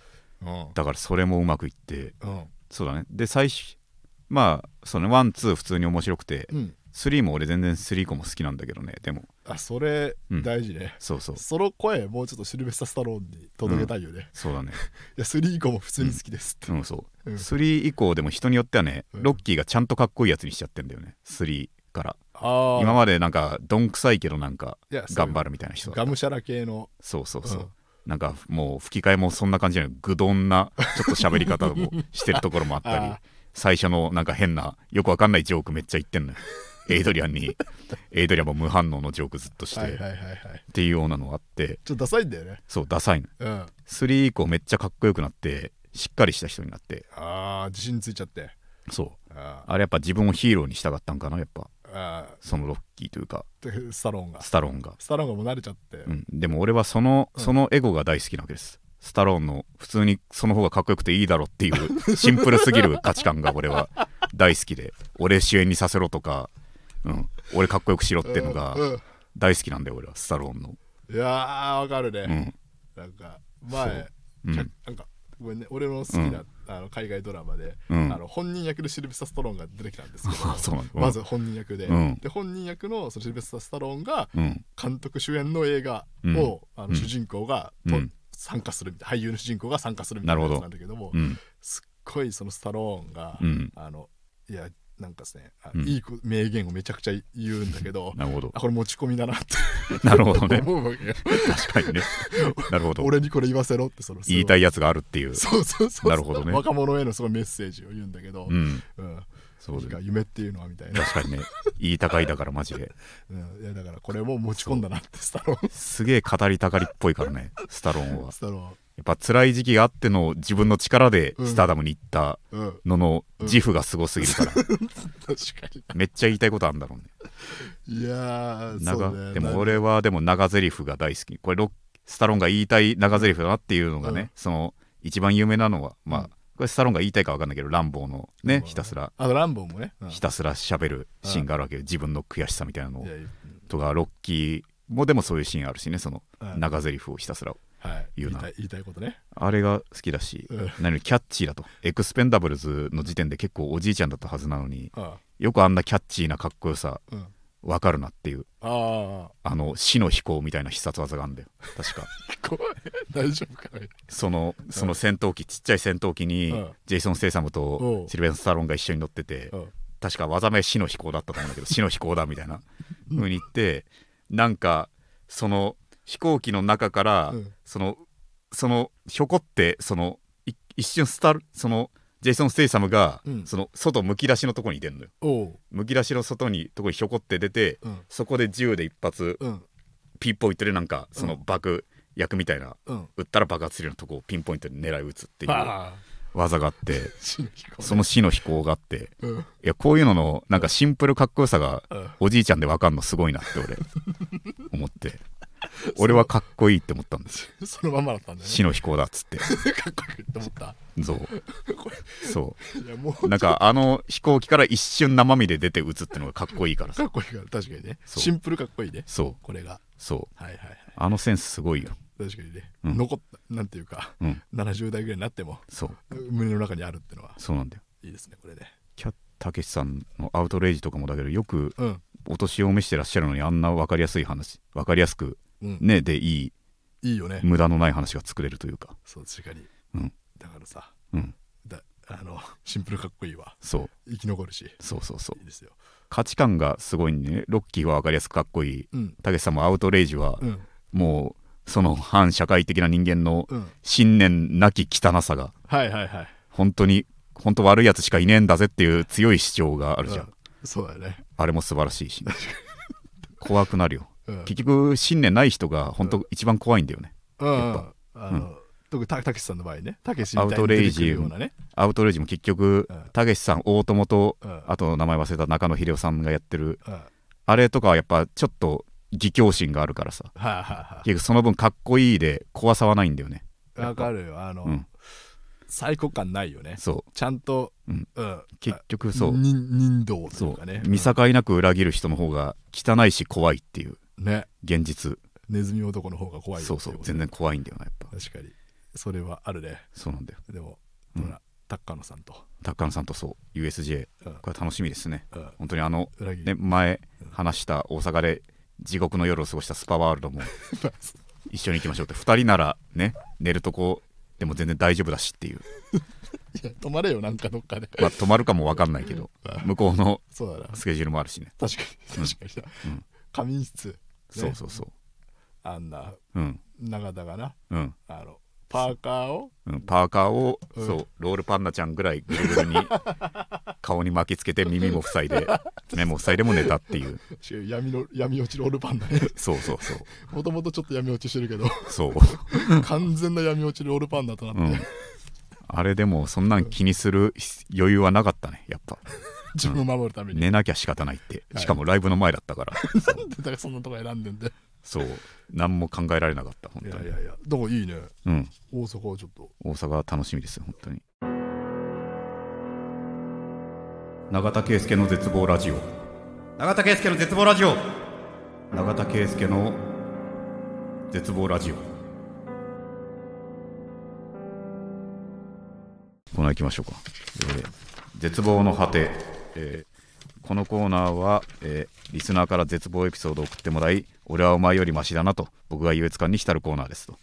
A: う
B: う
A: だからそれもうまくいって
B: んうん
A: そうだねで最初まあそのワンツー普通に面白くて
B: うん
A: 3も俺全然3個も好きなんだけどねでも
B: あそれ
A: うん
B: 大事ね
A: そうそう
B: その声もうちょっとシルベスタストローンに届けたいよね
A: そうだ ね
B: いや3以降も普通に好きですって
A: うんそう
B: うん
A: 3以降でも人によってはね
B: うん
A: ロッキーがちゃんとかっこいいやつにしちゃってんだよね3から
B: ああ
A: 今までなんかどんくさいけどなんか
B: いやそう
A: 頑張るみたいな人だった
B: ガムシャラ系の
A: そうそうそう、
B: うん
A: なんかもう吹き替えもそんな感じなの愚鈍なちょっと喋り方もしてるところもあったり
B: あー
A: 最初のなんか変なよくわかんないジョークめっちゃ言ってんのよエイドリアン にエイドリアンも無反応のジョークずっとして、
B: はいはい
A: っ
B: はいはい
A: ていうようなのあって
B: ちょっとダサいんだよね
A: そうダサいの
B: うんあ
A: 3以降めっちゃかっこよくなってしっかりした人になって
B: あー自信ついちゃって
A: そう
B: あ
A: あれやっぱ自分をヒーローにしたかったんかなやっぱ
B: ーあ
A: そのロッキーというか
B: ーでスタローンが
A: スタローンが、
B: スタローンがもう慣れちゃって、
A: うん、でも俺はその
B: うん
A: そのエゴが大好きなわけですスタローンの普通にその方がかっこよくていいだろって いうシンプルすぎる価値観が俺は大好きで俺主演にさせろとか、うん、俺かっこよくしろってのが
B: うんうん
A: 大好きなんだよ俺はスタローンの、
B: いやーわかる
A: う
B: ね、
A: ん
B: なんか前、
A: うん
B: ちゃなんかごめんね俺の好きな、あの海外ドラマで、
A: うん
B: あの本人役でシルベスタ・スタローンが出てきたんですけど
A: あそうなんだ、うん
B: まず本人役で、
A: うん
B: で本人役のそのシルベスタ・スタローンが
A: うん
B: 監督主演の映画を、あ
A: うん
B: の主人公が、
A: うん
B: と参加するみたい俳優の主人公が参加するみたいなやつなんだけども
A: うん
B: すっごいそのスタローンが、
A: うん
B: あのいやなんかですね、あ
A: うん
B: いいこ名言をめちゃくちゃ言うんだけど
A: なるほど
B: あこれ持ち込みだなって
A: なるほ どね
B: 思うわけよ
A: 確か にねなるほど
B: 俺にこれ言わせろってその
A: 言いた
B: い
A: いやつがあるっていう
B: そうそうそう
A: なるほどね
B: 若者へのすごいメッセージを言うんだけど、
A: うん
B: うん
A: そうだ
B: なんか
A: ね
B: 夢っていうのはみたいな、
A: 確かにね言いたかいだからマジで
B: うん、いやだからこれも持ち込んだなってスタローン
A: すげえ語りたがりっぽいからねスタローンは
B: スタロ
A: やっぱ辛い時期があっての自分の力でスターダムに行った
B: ーンうん
A: のの
B: うん
A: 自負がすごすぎるから、
B: 確か
A: めっちゃ言いたいことあるんだろうね
B: にいやー
A: 長
B: そうね
A: でも俺はでも長ゼリフが大好きこれロッスタローンが言いたい長ゼリフだなっていうのがね、
B: うん
A: その一番有名なのはまあ、
B: うん
A: これスタローンが言いたいか分かんないけどランボーのね、ひたすら
B: あとランボーもね、うん
A: ひたすら喋るシーンがあるわけよ自分の悔しさみたいなのを
B: いやいや
A: とかロッキーもでもそういうシーンあるしねその
B: うん
A: 長ゼリフをひたすら
B: はい、
A: 言うな
B: 言いたい言いたいことね
A: あれが好きだし、
B: うん
A: 何よりキャッチーだとエクスペンダブルズの時点で結構おじいちゃんだったはずなのに
B: あ
A: よくあんなキャッチーなかっこよさ
B: あ,、うん、あ
A: わかるなっていう
B: あ
A: あの死の飛行みたいな必殺技があるんだよ確 か
B: 怖い大丈夫かい
A: そのその戦闘機ちっちゃい戦闘機に
B: うん
A: ジェイソン・ステイサム
B: お
A: と
B: う
A: シルベン・スタローンが一緒に乗ってて
B: うん
A: 確か技名死の飛行だったと思うんだけ ど死の飛行だみたいな風に言ってなんかその飛行機の中から、
B: うん
A: そのそのひょこってそのい一瞬スタルそのジェイソン・ステイサムが、
B: うん
A: その外むき出しのとこに出るのよ
B: おう
A: むき出しの外にとこにひょこって出て
B: うん
A: そこで銃で一発
B: うん
A: ピンポイントでなんかその爆薬みたいな
B: うん
A: 撃ったら爆発するようなとこをピンポイントで狙い撃つっていう
B: ああ
A: 技があって
B: 死ぬ気か
A: その死の飛行があって
B: うんうん
A: いやこういうののなんかシンプルかっこよさが
B: あ
A: おじいちゃんでわかんのすごいなって俺思って俺はかっこいいって思ったんですよ
B: そのまんまだったんだよ
A: 死の飛行だっつって
B: ねかっこよくって思った
A: そう
B: こ
A: そ
B: れいやも
A: う
B: う
A: なんかあの飛行機から一瞬生身で出て撃つってのがかっこいいから
B: か
A: さ
B: っこいいから確かにね
A: そう
B: シンプルかっこいいね
A: そう
B: これが
A: そう
B: はいはいはい
A: あのセンスすごいよ
B: 確かにね、
A: うん
B: 残ったなんていうか
A: うん
B: 70代ぐらいになっても
A: そう
B: 胸の中にあるってのは
A: そうなんだよ
B: いいですねこれね
A: キャたけしさんのアウトレイジとかもだけどよく
B: うん
A: お年を召してらっしゃるのにあんな分かりやすい話分かりやすく
B: うん、
A: ねでいい
B: いいよね、
A: 無駄のない話が作れるというか
B: そう確かに
A: うん
B: だからさ
A: うん
B: だあのシンプルかっこいいわ
A: そう
B: 生き残るし
A: そうそうそう
B: いいですよ
A: 価値観がすごいんでねロッキーは分かりやすくかっこいい
B: うん
A: たけしさんもアウトレイジは
B: うん
A: もうその反社会的な人間の
B: うん
A: 信念なき汚さが
B: はいはいはい
A: 本当に本当悪いやつしかいねえんだぜっていう強い主張があるじゃん、
B: うんそうだよね
A: あれも素晴らしいし、怖くなるよ
B: うん
A: 結局信念ない人が本当一番怖いんだよねやっ
B: うんあの、特にたたけしさんの場合ねたけしみたい
A: アウトレイ
B: に出てく
A: ジ
B: るようなね
A: アウトレイジも結局
B: うん
A: たけしさん大友と
B: うん
A: あと名前忘れた中野秀夫さんがやってる
B: うんはい
A: あれとかはやっぱちょっと義教心があるからさ
B: はいはい
A: 結局その分かっこいいで怖さはないんだよねや
B: わ
A: っぱ
B: かるよあの、
A: うん
B: 最高感ないよね
A: そ
B: ちゃんと、
A: うん
B: うん
A: う結局そう
B: 人人道と
A: そ
B: いうかね
A: う見境なく裏切る人の方が汚いし怖いっていう
B: ね
A: 現実
B: ネズミ男の方が怖いよ
A: そうそう
B: ってい
A: 全然怖いんだよなやっぱ
B: 確かにそれはあるね
A: そうなんだよ
B: でも、
A: うん
B: ほらタッカーノさんと、
A: 高野さんとそう USJ
B: うん
A: これ楽しみですね
B: うん、
A: 本当にあの
B: 裏切り、
A: ね前話した大阪で地獄の夜を過ごしたスパワールドも 一緒に行きましょうって2人ならね寝るとこでも全然大丈夫だしっていう
B: いや止まれよなんかどっかで
A: まあ泊まるかも分かんないけど向こうの
B: そうだな
A: スケジュールもあるしね
B: 確かに確かにだ、
A: うん
B: 仮眠室、ね
A: そうそうそ
B: あんな
A: ううん
B: 永田がな
A: うん
B: あのパーカーを
A: うん、パーカーを、
B: うん
A: そうロールパンナちゃんぐらいぐるぐ るに顔に巻きつけて耳も塞いで目も塞いでも寝たっていう
B: 違う闇の闇落ちロールパンダね
A: そうそうそう
B: もともとちょっと闇落ちしてるけど
A: そう、
B: 完全な闇落ちロールパンダとなって、
A: うん、あれでもそんなん気にする余裕はなかったねやっぱ
B: 自分を守るために、
A: 寝なきゃ仕方ないって
B: はい
A: しかもライブの前だったから、
B: なんでだからそんなとこ選んでんで
A: そう何も考えられなかった本
B: い
A: 当
B: や
A: に
B: いやいやだからいいね
A: うん
B: 大阪はちょっと
A: 大阪は楽しみですよ本当に永田圭介の絶望ラジオ永田圭介の絶望ラジオ永田圭介の絶望ラジオコーナー行きましょうか、えー絶望の果て、えーこのコーナーは、えーリスナーから絶望エピソードを送ってもらい俺はお前よりマシだなと僕が優越感に浸るコーナーですとい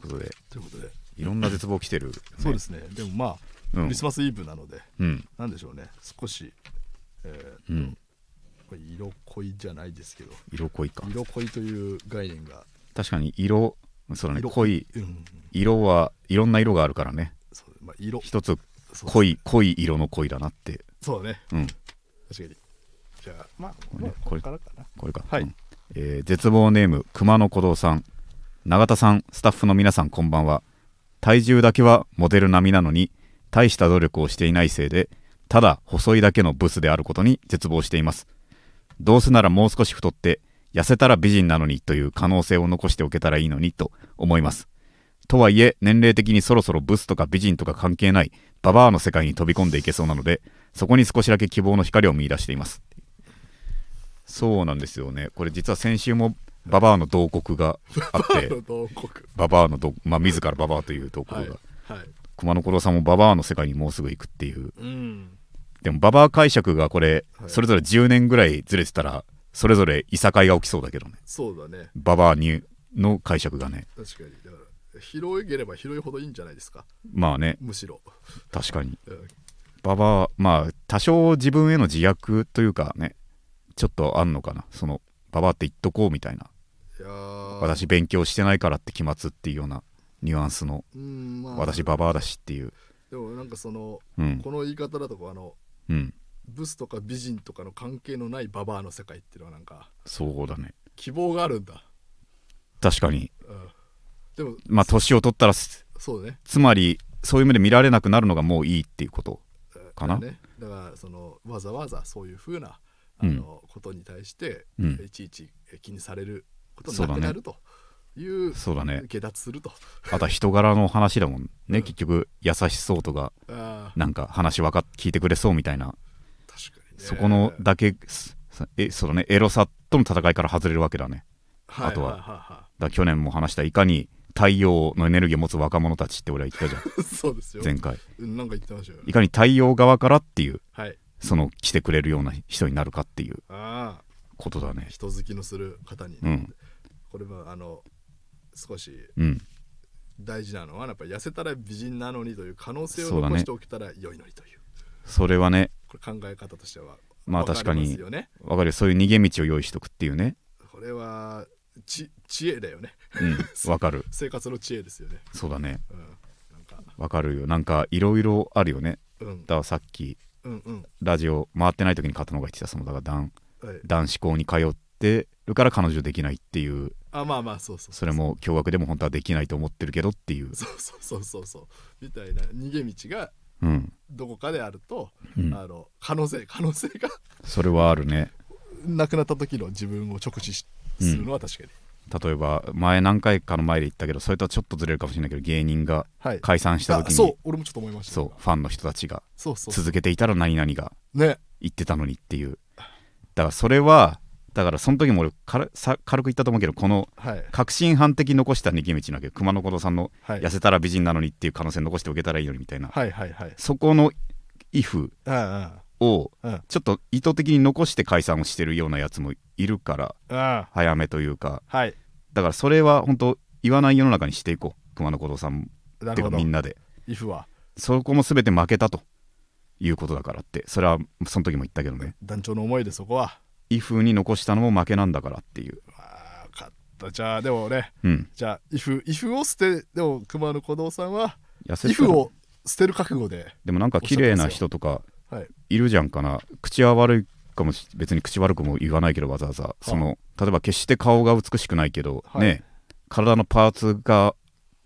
A: うことで
B: ということで
A: いろんな絶望来てる、
B: そうですねでもまあ、
A: うん
B: クリスマスイブなので
A: うん。
B: なんでしょうね少し、えー
A: うん。
B: これ色恋じゃないですけど
A: 色濃いか。
B: 色恋という概念が
A: 確かに色、そうだね、
B: 色
A: 濃い。
B: うん
A: 色はいろんな色があるからね。
B: そうまあ色
A: 一つ
B: そう
A: 濃い、濃い色の濃いだなって。
B: そうだね
A: うん。
B: 確かにじゃあまあ
A: これね
B: まあこれからかな
A: これか。
B: はい
A: うんえー絶望ネーム、熊野古道さん。永田さん、スタッフの皆さん、こんばんは。体重だけはモデル並みなのに、大した努力をしていないせいで、ただ細いだけのブスであることに絶望しています。どうせならもう少し太って、痩せたら美人なのにという可能性を残しておけたらいいのにと思います。とはいえ、年齢的にそろそろブスとか美人とか関係ない、ババアの世界に飛び込んでいけそうなので、そこに少しだけ希望の光を見出しています。そうなんですよね。これ実は先週もババアの洞窟があって、
B: 同国
A: ババアのど、まあ、自らババアという洞窟
B: はい
A: が、
B: はい
A: 熊野古道さんもババアの世界にもうすぐ行くっていう
B: うん
A: でもババア解釈がこれ、
B: はい
A: それぞれ10年ぐらいずれてたらそれぞれいさかいが起きそうだけどね
B: そうだね
A: ババアにの解釈がね
B: 確かにだから広げれば広いほどいいんじゃないですか
A: まあね
B: むしろ、
A: 確かに
B: うん
A: ババアまあ多少自分への自虐というかねちょっとあんのかなそのババアって言っとこうみたいない
B: やー
A: 私勉強してないからって期末っていうようなニュアンスの
B: うんまあ
A: 私ババアだしっていう
B: でもなんかその
A: うん
B: この言い方だとこうあの
A: うん
B: ブスとか美人とかの関係のないババアの世界っていうのはなんか
A: そうだね
B: 希望があるんだ、
A: 確かに
B: うん、でも
A: まあ年を取ったらす
B: そうだね
A: つまりそういう目で見られなくなるのがもういいっていうことかな
B: だらねだからそのわざわざそういうふうなあの、ことに対して、
A: うん
B: いちいち気にされること
A: そうだ
B: な
A: ね
B: くなるという
A: そうだね
B: 下脱すると
A: あとは人柄の話だもんね、結局優しそうとか
B: あー
A: なんか話わか聞いてくれそうみたいな、
B: 確かにね
A: そこのだけすえそうだねエロさとの戦いから外れるわけだね
B: はい
A: あとは
B: はいは
A: だから去年も話したいかに太陽のエネルギーを持つ若者たちって俺は言ったじゃん
B: いはい そうですよ
A: 前回
B: うんなんか言ってましたよ
A: いかに太陽側からっていう
B: はい
A: その来てくれるような人になるかっていう
B: ああ
A: ことだね
B: 人好きのする方に、
A: うん
B: これはあの少し
A: うん
B: 大事なのはやっぱ痩せたら美人なのにという可能性を
A: そうだね
B: 残しておけたら良いのにという
A: それはね
B: これ考え方としては
A: まあ
B: わりますよね
A: わかるよそういう逃げ道を用意しとくっていうね
B: これはち知恵だよね
A: うんわかる
B: 生活の知恵ですよね
A: そうだね
B: うんなんか
A: わかるよなんかいろいろあるよね
B: うん
A: だからさっき
B: うんうん
A: ラジオ回ってない時に片野が言ってたそのだから男
B: はい
A: 男子校に通ってるから彼女できないっていう
B: あまあまあそうそう
A: それも驚愕でも本当はできないと思ってるけどっていう
B: そうそうそうそうそうみたいな逃げ道が
A: うん、
B: どこかであると、
A: うん、
B: あの可能性可能性が
A: それはあるね
B: なくなった時の自分を直視し
A: うん
B: するのは確かに、
A: 例えば前何回かの前で言ったけどそれとはちょっとずれるかもしれないけど芸人が
B: はい
A: 解散した
B: あ
A: 時に
B: そう俺もちょっと思いました
A: そうファンの人たちが
B: そうそうそう
A: 続けていたら何々が
B: ね
A: 言ってたのにっていうだからそれはだからその時も俺軽さ軽く言ったと思うけどこの
B: はい
A: 確信犯的に残した逃げ道なわけど熊野古道さんの
B: はい
A: 痩せたら美人なのにっていう可能性残しておけたらいいのにみたいな、
B: はいはいはい
A: そこの「if
B: あ」
A: を
B: あうん
A: ちょっと意図的に残して解散をしてるようなやつもいるから
B: あ
A: 早めというか
B: あはい
A: だからそれは本当言わない世の中にしていこう熊野古道さん
B: な
A: って
B: る
A: いうか
B: ほど
A: みんなで
B: if は
A: そこも全て負けたということだからってそれはその時も言ったけどね
B: 団長の思いでそこは
A: if に残したのも負けなんだからっていう
B: ああ勝ったじゃあでもね
A: うん
B: じゃあ if, if を捨てでも熊野古道さんは
A: 痩せた
B: if
A: ら
B: を捨てる覚悟で
A: でもなんか綺麗な人とか
B: はい
A: いるじゃんかな口は悪いかもし別に口悪くも言わないけどわざわざその例えば決して顔が美しくないけど、
B: はい
A: ね体のパーツが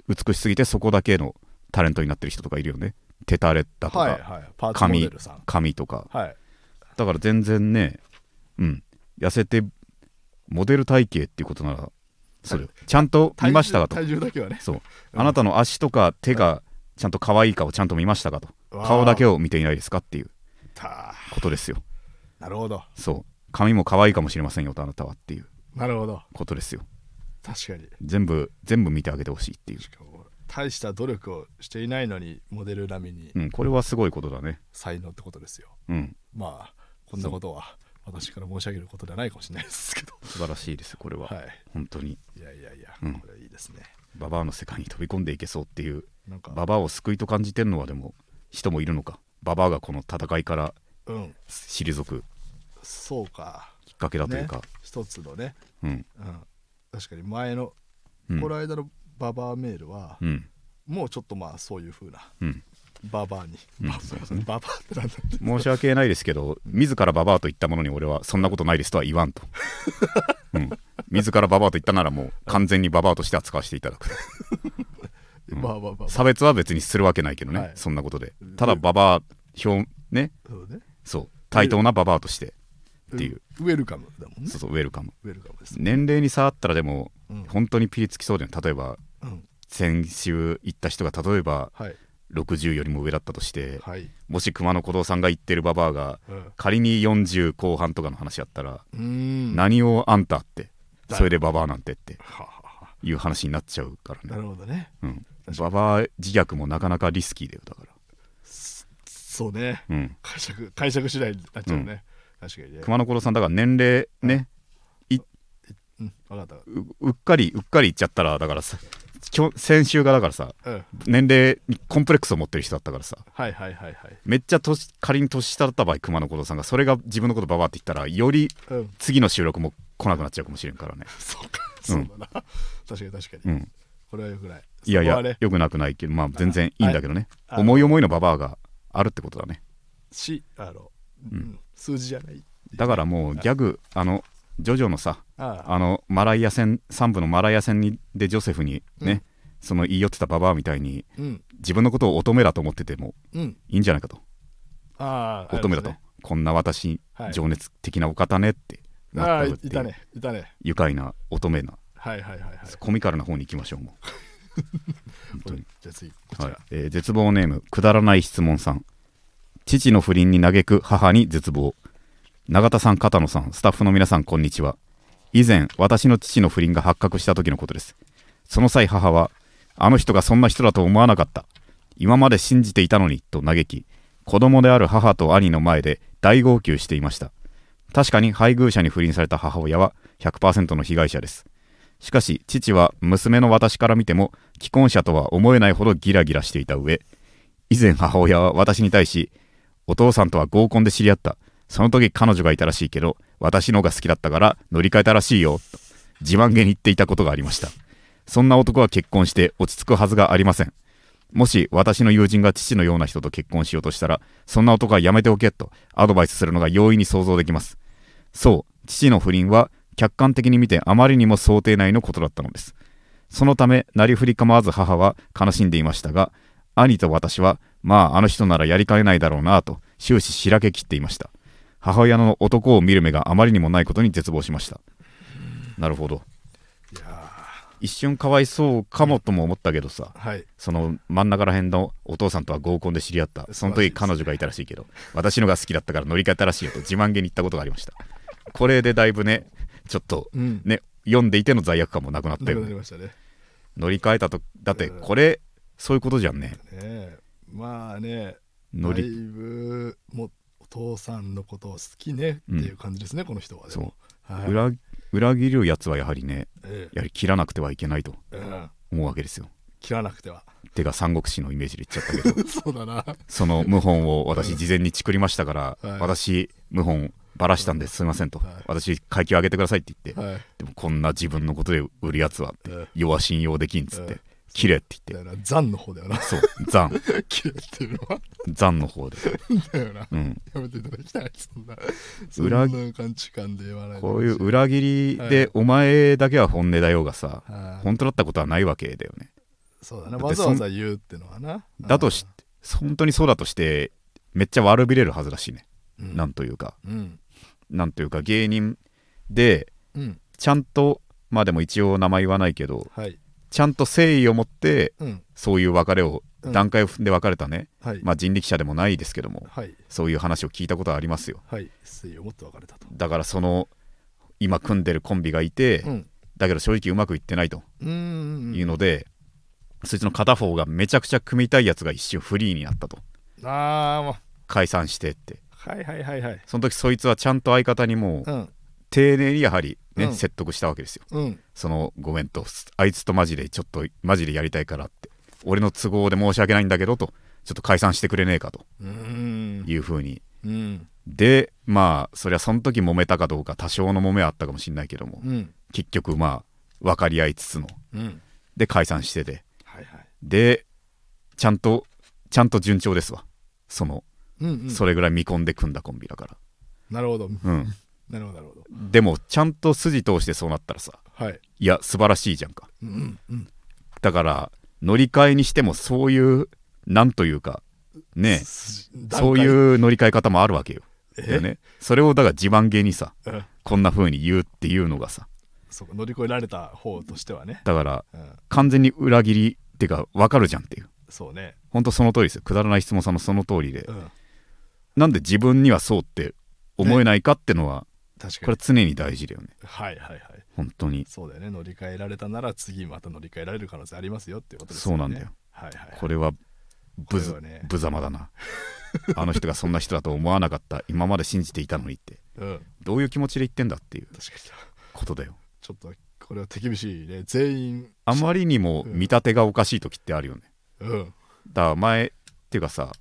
A: 美しすぎてそこだけのタレントになってる人とかいるよね手タレだとか、
B: はいはいパーツモ
A: 髪
B: デルさん
A: 髪とか
B: はい
A: だから全然ねうん痩せてモデル体型っていうことならそれちゃんと見ましたかと
B: 体重体重だけはね
A: そう
B: うん
A: あなたの足とか手がちゃんと可愛いかをちゃんと見ましたかと
B: わあ
A: 顔だけを見ていないですかっていう
B: た
A: ことですよ
B: なるほど
A: そう髪も可愛いかもしれませんよとあなたはっていう
B: なるほど
A: ことですよ
B: 確かに
A: 全部全部見てあげてほしいっていう、
B: しかも大した努力をしていないのにモデル並みに
A: うん、これはすごいことだね
B: 才能ってことですよ
A: うん
B: まあこんなことは私から申し上げることではないかもしれないですけど
A: 素晴らしいですこれは、
B: はい
A: 本当に
B: いやいやいや、
A: うん
B: これいいですね
A: ババアの世界に飛び込んでいけそうっていう
B: なんか
A: ババアを救いと感じてるのはでも人もいるのかババアがこの戦いから
B: うん
A: 退く
B: そうか
A: きっかけだという
B: ね
A: か、
B: 一つのね、
A: うん
B: うん、確かに前の、
A: うん
B: この間のババアメールは、
A: うん
B: もうちょっとまあそういう風な
A: うん
B: ババアに、
A: うん
B: バ
A: そうです
B: バ
A: ね
B: バアってなんだって
A: 申し訳ないですけど自らババアと言ったものに俺はそんなことないですとは言わんと、うん、自らババアと言ったならもう完全にババアとして扱わせていただくうん
B: ババアババア
A: 差別は別にするわけないけどね、
B: はい
A: そんなことで
B: うん
A: ただババア表ね
B: そうね
A: そう対等なババアとしてっていう
B: ウェルカムだもんね
A: そうそうウェルカム
B: ウェルカムです、
A: 年齢に差あったらでも
B: うん
A: 本当にピリつきそうだよね例えば
B: うん、
A: 先週行った人が例えば
B: はい
A: 60よりも上だったとして
B: はい、
A: もし熊野古道さんが言ってるババアが
B: うん
A: 仮に40後半とかの話やったら
B: うーん
A: 何をあんたって
B: だ
A: それでババアなんてって
B: はあはあは
A: いう話になっちゃうか
B: あ
A: ら
B: な
A: ね、
B: るほどね
A: うん
B: 確、か
A: ババア自虐もなかなかリスキーだよだから、
B: そうね
A: うん、
B: 解釈解釈次第になっちゃうね、確かにね
A: 熊野古道さんだから年齢ね
B: うん分かった
A: ううっかりうっかり言っちゃったらだからさきょ先週がだからさ
B: うん
A: 年齢にコンプレックスを持ってる人だったからさ
B: はいはいはいはい
A: めっちゃ年仮に年下だった場合熊野古道さんがそれが自分のことババアって言ったらより
B: うん
A: 次の収録も来なくなっちゃうかもしれんからね、
B: そうかそうだな、確かに確か
A: う
B: に、
A: ん、
B: これはよくない
A: いやい
B: そ
A: や、
B: こはね
A: よくなくないけどまあ全然いいんだけどね
B: あ
A: 思い思いのババアがあるってことだね
B: しあの、
A: うん
B: うん数字じゃない
A: だからもうギャグあのジョジョのさ
B: ああ
A: あのマライア戦3部のマライア戦にでジョセフにね、
B: うん
A: その言い寄ってたババアみたいに
B: うん
A: 自分のことを乙女だと思ってても
B: うん
A: いいんじゃないかと
B: ああ
A: 乙女だと、こんな私、
B: はい
A: 情熱的なお方ねって
B: ああ
A: 全く
B: い
A: っていう
B: たねいたね
A: 愉快な乙女な、
B: はいはいはいはい
A: コミカルな方に行きましょうもう本 当に
B: じゃあ次こちら、
A: はいえー絶望ネームくだらない質問さん父の不倫に嘆く母に絶望永田さん片野さんスタッフの皆さんこんにちは以前私の父の不倫が発覚した時のことですその際母はあの人がそんな人だと思わなかった今まで信じていたのにと嘆き子供である母と兄の前で大号泣していました確かに配偶者に不倫された母親は100%の被害者ですしかし父は娘の私から見ても既婚者とは思えないほどギラギラしていた上以前母親は私に対しお父さんとは合コンで知り合ったその時彼女がいたらしいけど私の方が好きだったから乗り換えたらしいよと自慢げに言っていたことがありましたそんな男は結婚して落ち着くはずがありませんもし私の友人が父のような人と結婚しようとしたらそんな男はやめておけとアドバイスするのが容易に想像できますそう、父の不倫は客観的に見てあまりにも想定内のことだったのです。そのため、なりふり構わず母は悲しんでいましたが、兄と私は、まああの人ならやりかねないだろうなと終始しらけきっていました。母親の男を見る目があまりにもないことに絶望しました。なるほど。
B: いや
A: 一瞬かわいそうかもとも思ったけどさ、
B: ーはい
A: その真ん中ら辺のお父さんとは合コンで知り合ったその時彼女がいたらしいけど私のが好きだったから乗り換えたらしいよと自慢げに言ったことがありましたこれでだいぶねちょっと
B: うん
A: ね読んでいての罪悪感もなくなった
B: な
A: よ
B: くなり
A: ね
B: ましたねね
A: 乗り換えたとだってこれそういうことじゃんね
B: えまあね
A: 乗
B: だい
A: り
B: ぶもうお父さんのことを好きねっていう感じですね、この人はでもはい
A: 裏裏切るやつはやはりね
B: え
A: やはり切らなくてはいけないと
B: えうん
A: 思うわけですよ
B: 切らなくては
A: てか三国志のイメージで言っちゃった けど
B: そうだな
A: その謀反を私事前にチクりましたから
B: はい
A: 私謀反ばらしたんですすいませんと
B: はい
A: 私階級上げてくださいって言って
B: はい
A: でもこんな自分のことで売るやつはって
B: うん
A: 世は信用できんっつっ
B: う
A: て
B: ん
A: 切れって言
B: だ
A: っ
B: よな残の方だよな
A: てそう残
B: 切れっていうのは
A: 残の方で
B: だよ な
A: うん
B: やめていただきたいそんなそん
A: 裏
B: な感じ感で言わないで
A: こ
B: ほ
A: うい
B: し
A: う裏切りでお前だけは本音だよがさ
B: はい
A: 本当だったことはないわけだよね
B: そうだな
A: だっ
B: わ
A: てそ
B: ざ
A: ん
B: わざ言うってのはな
A: だとし本当にそうだとしてめっちゃ悪びれるはずだしね
B: うん
A: なんというか
B: うん
A: なんというか芸人で
B: うん
A: ちゃんとまあでも一応名前言わないけど
B: はい
A: ちゃんと誠意を持って
B: うん
A: そういう別れを
B: うん
A: 段階を踏んで別れたね、
B: はい
A: まあ人力車でもないですけども
B: はい
A: そういう話を聞いたことはありますよ
B: はい誠意を持って別れたと
A: だからその今組んでるコンビがいて、
B: うん
A: だけど正直うまくいってないと
B: うんうん
A: いううんので、そいつの片方がめちゃくちゃ組みたいやつが一瞬フリーになったと
B: あーま
A: 解散してって
B: あはいはいはいはい
A: その時そいつはちゃんと相方にもう
B: うん
A: 丁寧にやはりね、
B: うん
A: 説得したわけですよ
B: うん
A: そのごめんとあいつとマジでちょっとマジでやりたいからって俺の都合で申し訳ないんだけどとちょっと解散してくれねえかと
B: うん
A: いうふうに
B: うん
A: でまあそりゃその時揉めたかどうか多少の揉めはあったかもしれないけども
B: うん
A: 結局まあ分かり合いつつの
B: うん
A: で解散してて
B: はいはい
A: でちゃんとちゃんと順調ですわその、
B: うんうん
A: それぐらい見込んで組んだコンビだか
B: なるほど
A: らうん
B: なるほどなるほど
A: でもちゃんと筋通してそうなったらさ
B: はい
A: いや素晴らしいじゃんか
B: うんうん
A: だから乗り換えにしてもそういうなんというかねそういうう乗り換え方もあるわけよだよねそれをだから自慢げにさ
B: ん
A: こんな風に言うっていうのがさ
B: そうか乗り越えられた方としてはね
A: だから
B: うん
A: 完全に裏切りってか分かるじゃんっていう
B: そうね
A: 本当その通りですよくだらない質問さんのその通りで
B: うん
A: なんで自分にはそうって思えないかってのは、こ
B: 確か
A: れ
B: に
A: 常に大事だよね
B: はいはいはい
A: 本当に
B: そうだよね乗り換えられたなら次また乗り換えられる可能性ありますよっていうことです
A: そうなんだよ
B: はいはい
A: これはブズ
B: これはね
A: 無様だなあの人がそんな人だと思わなかった今まで信じていたのにって
B: うん
A: どういう気持ちで言ってんだっていう
B: 確かに
A: ことだよ
B: ちょっとこれは手厳しいね全員
A: あまりにも見立てがおかしい時ってあるよね
B: うん
A: だから前っていうかさ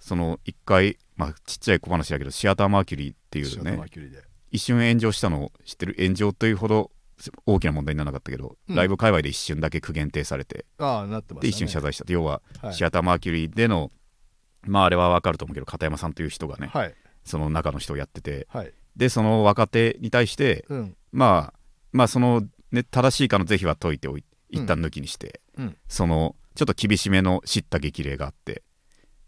A: その一回まあちっちゃい小話だけどシアターマーキュリーってい
B: シ
A: う
B: アター
A: ね
B: マーキュリーで
A: 一瞬炎上したのを知ってる炎上というほど大きな問題にならなかったけど、
B: うん
A: ライブ界隈で一瞬だけ苦言定されて
B: ああなって
A: で
B: ましたね
A: 一瞬謝罪した要は
B: はい
A: シアターマーキュリーでの、まああれは分かると思うけど片山さんという人がね、
B: はい
A: その中の人をやってて
B: はい
A: でその若手に対して、
B: うん
A: まあまあその、ね、正しいかの是非は解いておい一旦抜きにして、
B: うん
A: そのちょっと厳しめの叱咤激励があって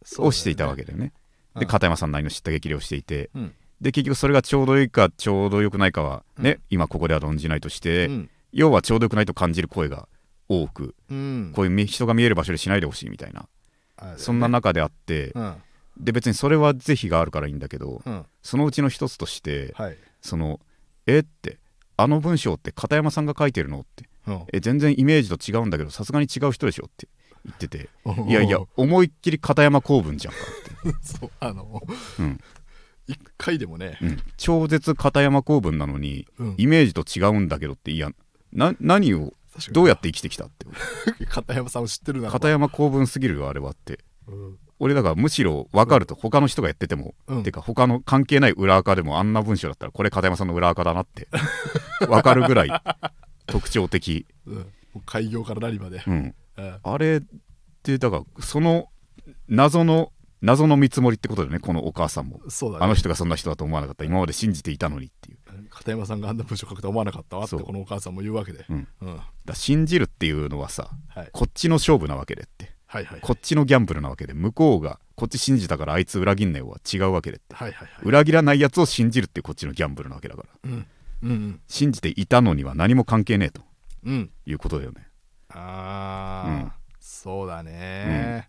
B: そうだよね
A: をしていたわけだよね。
B: うん
A: で片山さんなりの叱咤激励をしていて
B: うん
A: で結局それがちょうどいいかちょうどよくないかはね、
B: うん
A: 今ここでは論じないとして、
B: うん
A: 要はちょうどよくないと感じる声が多く
B: うん
A: こういうみ人が見える場所でしないでほしいみたいな、
B: あれだよね
A: そんな中であって、
B: うん
A: で別にそれは是非があるからいいんだけど
B: うん
A: そのうちの一つとして
B: はい
A: その「えっ?」て「あの文章って片山さんが書いてるの?」って
B: うん
A: 「え全然イメージと違うんだけどさすがに違う人でしょ」って言ってて「いやいや
B: おう
A: 思いっきり片山公文じゃんか」
B: そうあの
A: うん
B: 一回でもね
A: うん超絶片山公文なのに
B: うん
A: イメージと違うんだけどっていやな何を
B: 確かに
A: どうやって生きてきたって
B: 片山さんを知ってるならば
A: 片山公文すぎるよあれはって
B: うん
A: 俺だからむしろ分かると他の人がやってても、
B: うん
A: てか他の関係ない裏垢でもあんな文章だったらこれ片山さんの裏垢だなって分かるぐらい特徴的、
B: うんもう開業から何まで
A: うん、
B: うん
A: あれってだからその謎の謎の見積もりってことだよねこのお母さんも
B: そうだ
A: あの
B: ね
A: 人がそんな人だと思わなかった今まで信じていたのにっていう
B: 片山さんがあんな文章書くと思わなかったわって
A: そう
B: このお母さんも言うわけで
A: うん
B: うんは
A: だから信じるっていうのはさ
B: い
A: こっちの勝負なわけでって
B: はいはい
A: こっちのギャンブルなわけで向こうがこっち信じたからあいつ裏切んねえは違うわけでって
B: はいはいはい
A: 裏切らないやつを信じるっていうこっちのギャンブルなわけだから
B: うんうん
A: 信じていたのには何も関係ねえと
B: うんうん
A: いうことだよね、う
B: あ
A: ん
B: あそうだね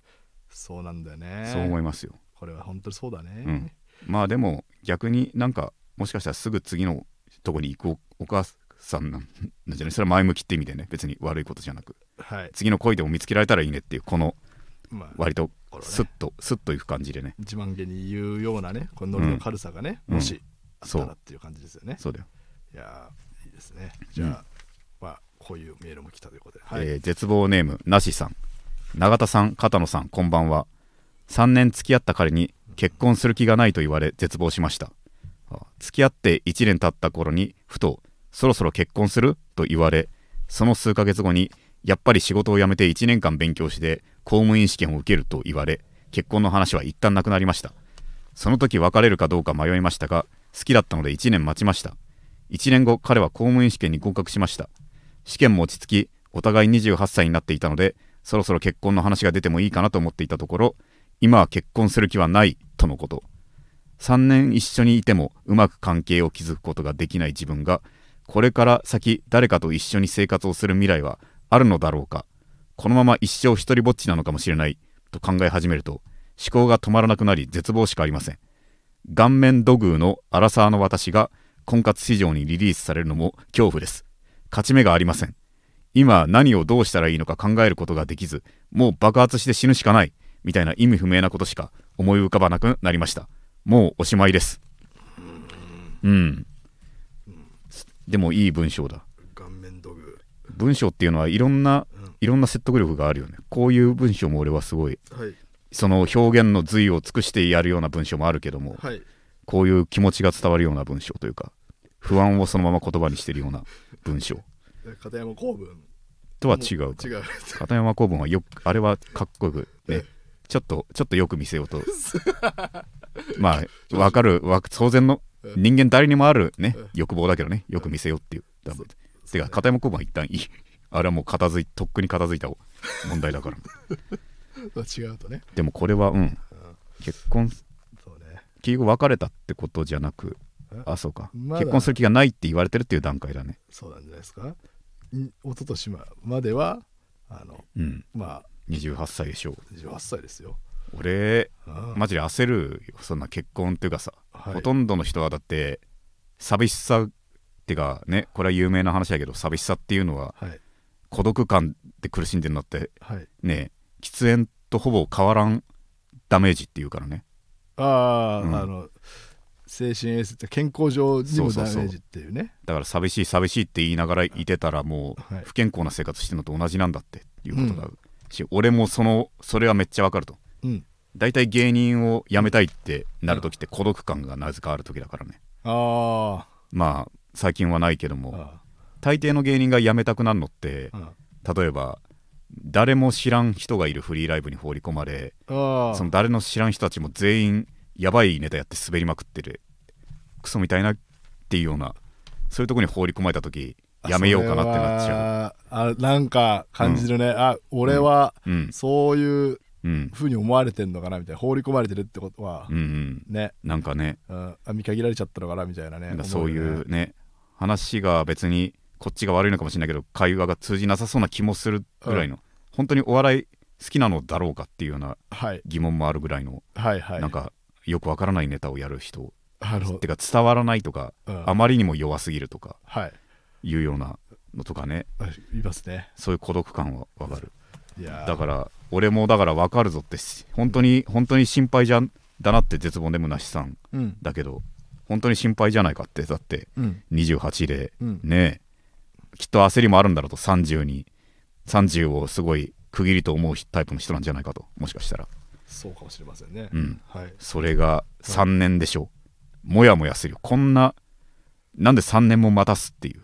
B: そうなんだよね
A: そう思いますよ
B: これは本当にそうだ
A: う
B: ね
A: んまあでも逆になんかもしかしたらすぐ次のとこに行くおお母さんなんなんじゃないそれは前向きって意味でね別に悪いことじゃなく
B: はい
A: 次の恋でも見つけられたらいいねっていうこの
B: まあ
A: 割と
B: これはね
A: スッとスッといく感じでね
B: 自慢げに言うようなねこのノリの軽さがね
A: うん
B: もしあった
A: そう
B: らっていう感じですよね
A: そうだよ、
B: いやーいいですねじゃあまあこういうメールも来たということではい
A: えー絶望ネームなしさん永田さん片野さんこんばんは3年付き合った彼に結婚する気がないと言われ絶望しましたあ付き合って1年経った頃にふと「そろそろ結婚する?」と言われその数ヶ月後にやっぱり仕事を辞めて1年間勉強して公務員試験を受けると言われ結婚の話は一旦なくなりましたその時別れるかどうか迷いましたが好きだったので1年待ちました1年後彼は公務員試験に合格しました試験も落ち着きお互い28歳になっていたのでそろそろ結婚の話が出てもいいかなと思っていたところ今は結婚する気はないとのこと3年一緒にいてもうまく関係を築くことができない自分がこれから先誰かと一緒に生活をする未来はあるのだろうかこのまま一生一人ぼっちなのかもしれないと考え始めると思考が止まらなくなり絶望しかありません顔面土偶のアラサーの私が婚活市場にリリースされるのも恐怖です勝ち目がありません今何をどうしたらいいのか考えることができずもう爆発して死ぬしかないみたいな意味不明なことしか思い浮かばなくなりましたもうおしまいですうんでもいい文章だ
B: 顔面道具
A: 文章っていうのはいろんな
B: うん
A: いろんな説得力があるよねこういう文章も俺はすごい
B: はい
A: その表現の髄を尽くしてやるような文章もあるけども
B: はい
A: こういう気持ちが伝わるような文章というか不安をそのまま言葉にしてるような文章
B: 片山公文
A: とは違うか
B: 違う
A: 片山公文はよくあれはかっこよくねちょっとちょっとよく見せ ようとまあわかるわ当然の
B: うん
A: 人間誰にもあるね
B: うん
A: 欲望だけどねよく見せようっていうだ
B: そ
A: てか片山公文は一旦いいあれはもう片付いとっくに片付いた問題だから
B: 違うとね
A: でもこれはうん
B: うん
A: 結婚
B: そうね
A: 結局別れたってことじゃなく
B: え
A: あそうか、
B: まだ
A: 結婚する気がないって言われてるっていう段階だね
B: そうなんじゃないですかん一昨年ままではあの
A: うん
B: まあ
A: 28歳でしょう
B: 18歳ですよ
A: 俺
B: ああ
A: マジで焦るよそんな結婚っていうかさ、
B: はい
A: ほとんどの人はだって寂しさってかねこれは有名な話だけど寂しさっていうのは
B: はい
A: 孤独感で苦しんでるのって
B: はい
A: ね喫煙とほぼ変わらんダメージっていうからね
B: あ
A: う
B: あ、
A: ん
B: あの精神衛生って健康上にも
A: そ
B: ダ
A: う
B: メ
A: そうそう
B: ージっていうね
A: だから寂しい寂しいって言いながらいてたらもう
B: はい
A: 不健康な生活してるのと同じなんだっていうことだし、俺もそのそれはめっちゃわかると
B: うん
A: 大体芸人を辞めたいってなる時って孤独感がなぜかある時だからね
B: あ
A: まあ最近はないけど
B: あ
A: も
B: あ
A: 大抵の芸人が辞めたくなるのって
B: ああ
A: 例えば誰も知らん人がいるフリーライブに放り込まれ
B: ああ
A: その誰の知らん人たちも全員やばいネタやって滑りまくってるクソみたいなっていうようなそういうとこに放り込まれた時やめようかなってなっちゃう
B: ゃうあなんか感じるね、あ俺は
A: うん
B: そういう
A: うん
B: ふうに思われてんのかなみたいな放り込まれてるってことは
A: うんうん
B: ね、
A: なんかね
B: うん、あ見限られちゃったのかなみたいなね
A: なんかそうい
B: 思よ
A: う
B: ね
A: ね話が別にこっちが悪いのかもしれないけど会話が通じなさそうな気もするぐらいの、本当にお笑い好きなのだろうかっていうような
B: はい
A: 疑問もあるぐらいの、
B: はいはい
A: なんかよくわからないネタをやる人
B: あの
A: てか伝わらないとか、
B: うん
A: あまりにも弱すぎるとか
B: はい
A: いうようなのとかね
B: あいますね
A: そういう孤独感はわかる
B: いやー
A: だから俺もだからわかるぞってし本当に本当に心配じゃんだなって絶望でむなしさん
B: うん
A: だけど本当に心配じゃないかってだって
B: うん
A: 28で、
B: うん
A: ねえきっと焦りもあるんだろうと30に30をすごい区切りと思うタイプの人なんじゃないかともしかしたら
B: そうかもしれませんね、
A: うん
B: はい
A: それが3年でしょうもやもやするよこんななんで3年も待たすっていう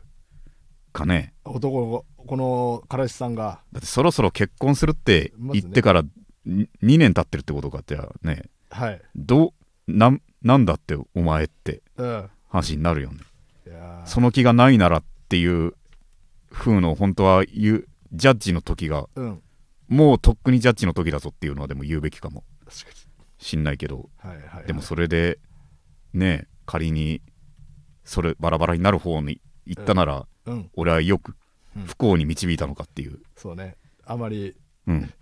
A: かね
B: 男の子この彼氏さんが
A: だってそろそろ結婚するって
B: まずね
A: 言ってから2年経ってるってことかってね
B: はい
A: どうなんなんだってお前って
B: うん
A: 話になるよね
B: いやー
A: その気がないならっていう風の本当は言うジャッジの時が
B: うん
A: もうとっくにジャッジの時だぞっていうのはでも言うべきかも
B: 確か
A: しんないけど
B: にはいはいはい、
A: でもそれでねえ仮にそれバラバラになる方に行ったなら、
B: うん
A: 俺はよく
B: うん
A: 不幸に導いたのかっていう、
B: そうねあまり
A: うん、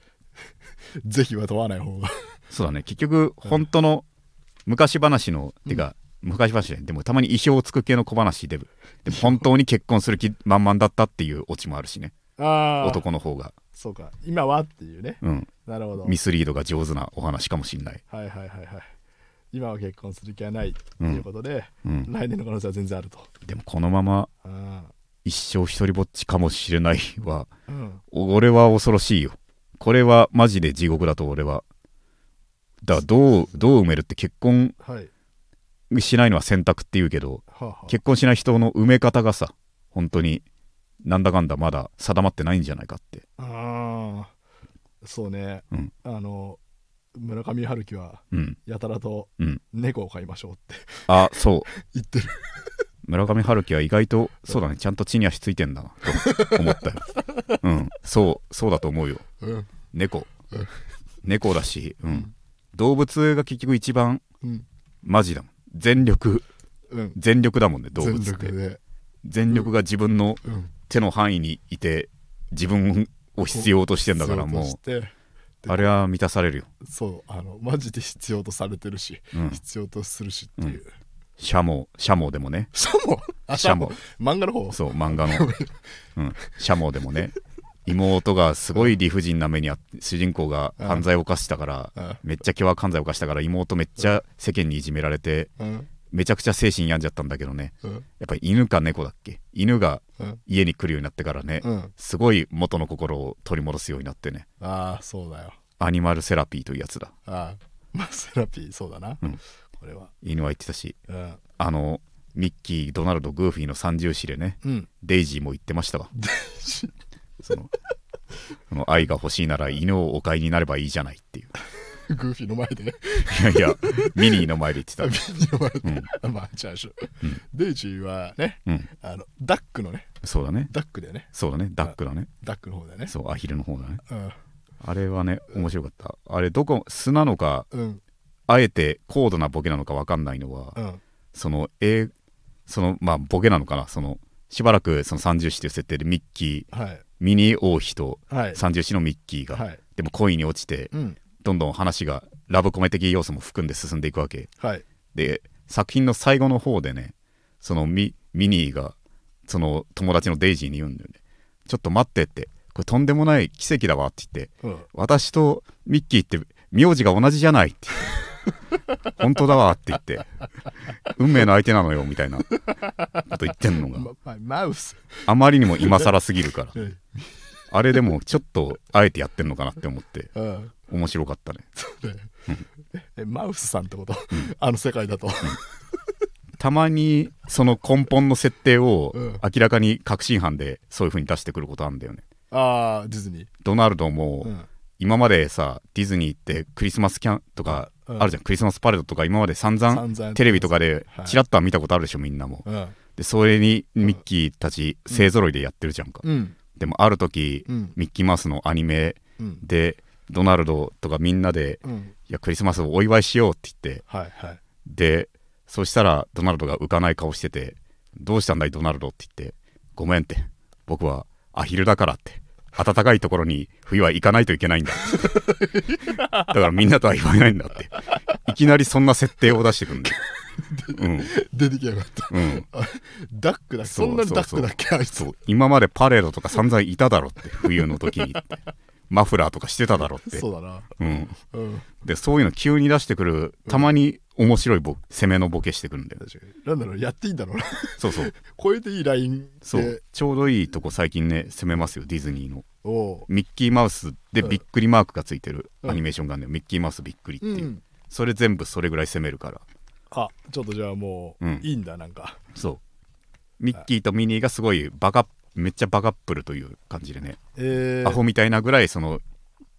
B: ぜひは問わない方が
A: そうだね結局本当の昔話の、てか昔話じゃないでもたまに意表をつく系の小話ででも本当に結婚する気満々だったっていうオチもあるしね
B: あー
A: 男の方が、
B: そうか今はっていうね
A: うん、
B: なるほど
A: ミスリードが上手なお話かもしんない、
B: はいはいはいはい今は結婚する気はないということで、
A: うん、
B: 来年の可能性は全然あると
A: でもこのまま
B: あ
A: 一生一人ぼっちかもしれないは
B: ーうん
A: 俺は恐ろしいよこれはマジで地獄だと俺はだからどうどう埋めるって結婚
B: はい
A: しないのは選択っていうけど
B: はあ、はあ、
A: 結婚しない人の埋め方がさ本当になんだかんだまだ定まってないんじゃないかって
B: あーそうね、
A: うん
B: あの村上春樹は
A: うん
B: やたらと
A: うん
B: 猫を飼いましょうって
A: あそう
B: 言ってる
A: 村上春樹は意外とそうだねちゃんと地に足ついてんだなと思 ったようんそうそうだと思うよ
B: うん
A: 猫猫だし、うん、動物が結局一番
B: うん
A: マジだもん全力
B: うん
A: 全力だもんね動物
B: 全
A: って
B: 力で、
A: 全力が自分の
B: うん、
A: 手の範囲にいて自分を必要としてんだから
B: 必要と
A: も
B: して
A: うあれは満たされるよ、
B: そうあのマジで必要とされてるし、
A: うん、
B: 必要とするしっていう、
A: シャモシャモでもね
B: シャモ あ
A: シャモ
B: 漫画の方
A: そう漫画の、うん、シャモでもね妹がすごい理不尽な目にあって主人公が犯罪を犯したから
B: うん
A: めっちゃ凶悪犯罪を犯したから妹めっちゃ世間にいじめられて
B: うん
A: めちゃくちゃ精神病んじゃったんだけどね
B: うん
A: やっぱり犬か猫だっけ犬が
B: うん
A: 家に来るようになってからね
B: うん
A: すごい元の心を取り戻すようになってね
B: ああそうだよ
A: アニマルセラピーというやつだ
B: ああまあセラピーそうだな、
A: うん
B: これは
A: 犬は言ってたし
B: うん、
A: あのミッキードナルドグーフィーの三重視でね
B: うん、
A: デイジーも言ってました わそのその愛が欲しいなら犬をお飼いになればいいじゃないっていう
B: グーフィーの前でね
A: いやいやミニーの前で言って
B: あ
A: た
B: ビニの前で、あまあじゃあしょ、デイジーはね、
A: うん
B: あのダックのね
A: そうだね
B: ダックでね
A: そうだねダックだね
B: ダックの方だよね
A: そうアヒルの方だね
B: うん
A: あれはね面白かったあれどこ素なのか
B: うん
A: あえて高度なボケなのか分かんないのは
B: うん
A: そのえーそのまあボケなのかなそのしばらくその三重視という設定でミッキー
B: はい
A: ミニー王妃と
B: はい
A: 三重視のミッキーが、
B: はい
A: でも恋に落ちて
B: うん
A: どんどん話がラブコメ的要素も含んで進んでいくわけ
B: はい
A: で作品の最後の方でねそのミミニーがその友達のデイジーに言うんだよね「ちょっと待って」って「これとんでもない奇跡だわ」って言って
B: うん
A: 「私とミッキーって名字が同じじゃない」って言って「本当だわ」って言って「運命の相手なのよ」みたいなこと言ってんのが
B: ままマウス
A: あまりにも今更すぎるから
B: うん
A: あれでもちょっとあえてやってんのかなって思って
B: うん
A: 面白かったね
B: えマウスさんってこと、あの世界だと、
A: たまにその根本の設定を
B: うん
A: 明らかに確信犯でそういう風に出してくることあるんだよね
B: ああディズニー、
A: ドナルドも
B: うん、
A: 今までさディズニーってクリスマスキャンとか
B: うん
A: あるじゃんクリスマスパレードとか今まで散々
B: 散々
A: テレビとかで
B: はい
A: チラッとは見たことあるでしょみんなも
B: うん
A: でそれにミッキーたち勢ぞろいでやってるじゃんか
B: うん
A: でもある時
B: うん
A: ミッキーマウスのアニメ
B: うん
A: でドナルドとかみんなで
B: うん
A: いやクリスマスをお祝いしようって言って
B: はいはい
A: でそしたらドナルドが浮かない顔してて「どうしたんだいドナルド」って言って「ごめん」って「僕はアヒルだから」って「暖かいところに冬は行かないといけないんだ」だからみんなとは言わないんだっていきなりそんな設定を出してくんだよ。うん
B: 出てきやがった
A: うん、
B: あダックだ
A: そ
B: そう
A: そ
B: ん
A: う
B: なにダックだっけあいつ
A: そう今までパレードとか散々いただろって冬の時にってマフラーとかしてただろって
B: そうだな
A: うん、
B: うん
A: でそういうの急に出してくるたまに面白いボ攻めのボケしてくるんだよ
B: 確かになんだろうやっていいんだろうな
A: そうそう
B: 超えていいライン
A: そう、
B: で
A: ちょうどいいとこ最近ね攻めますよディズニーの
B: おう
A: ミッキーマウスで
B: うん
A: びっくりマークがついてる
B: うん
A: アニメーションがあるんだよ、ミッキーマウスびっくりっていう、
B: うん
A: それ全部それぐらい攻めるから
B: あちょっとじゃあもう、
A: うん
B: いいんだなんか
A: そうミッキーとミニーがすごいバカめっちゃバカップルという感じでね、
B: え
A: アホ
B: ー、
A: みたいなぐらいその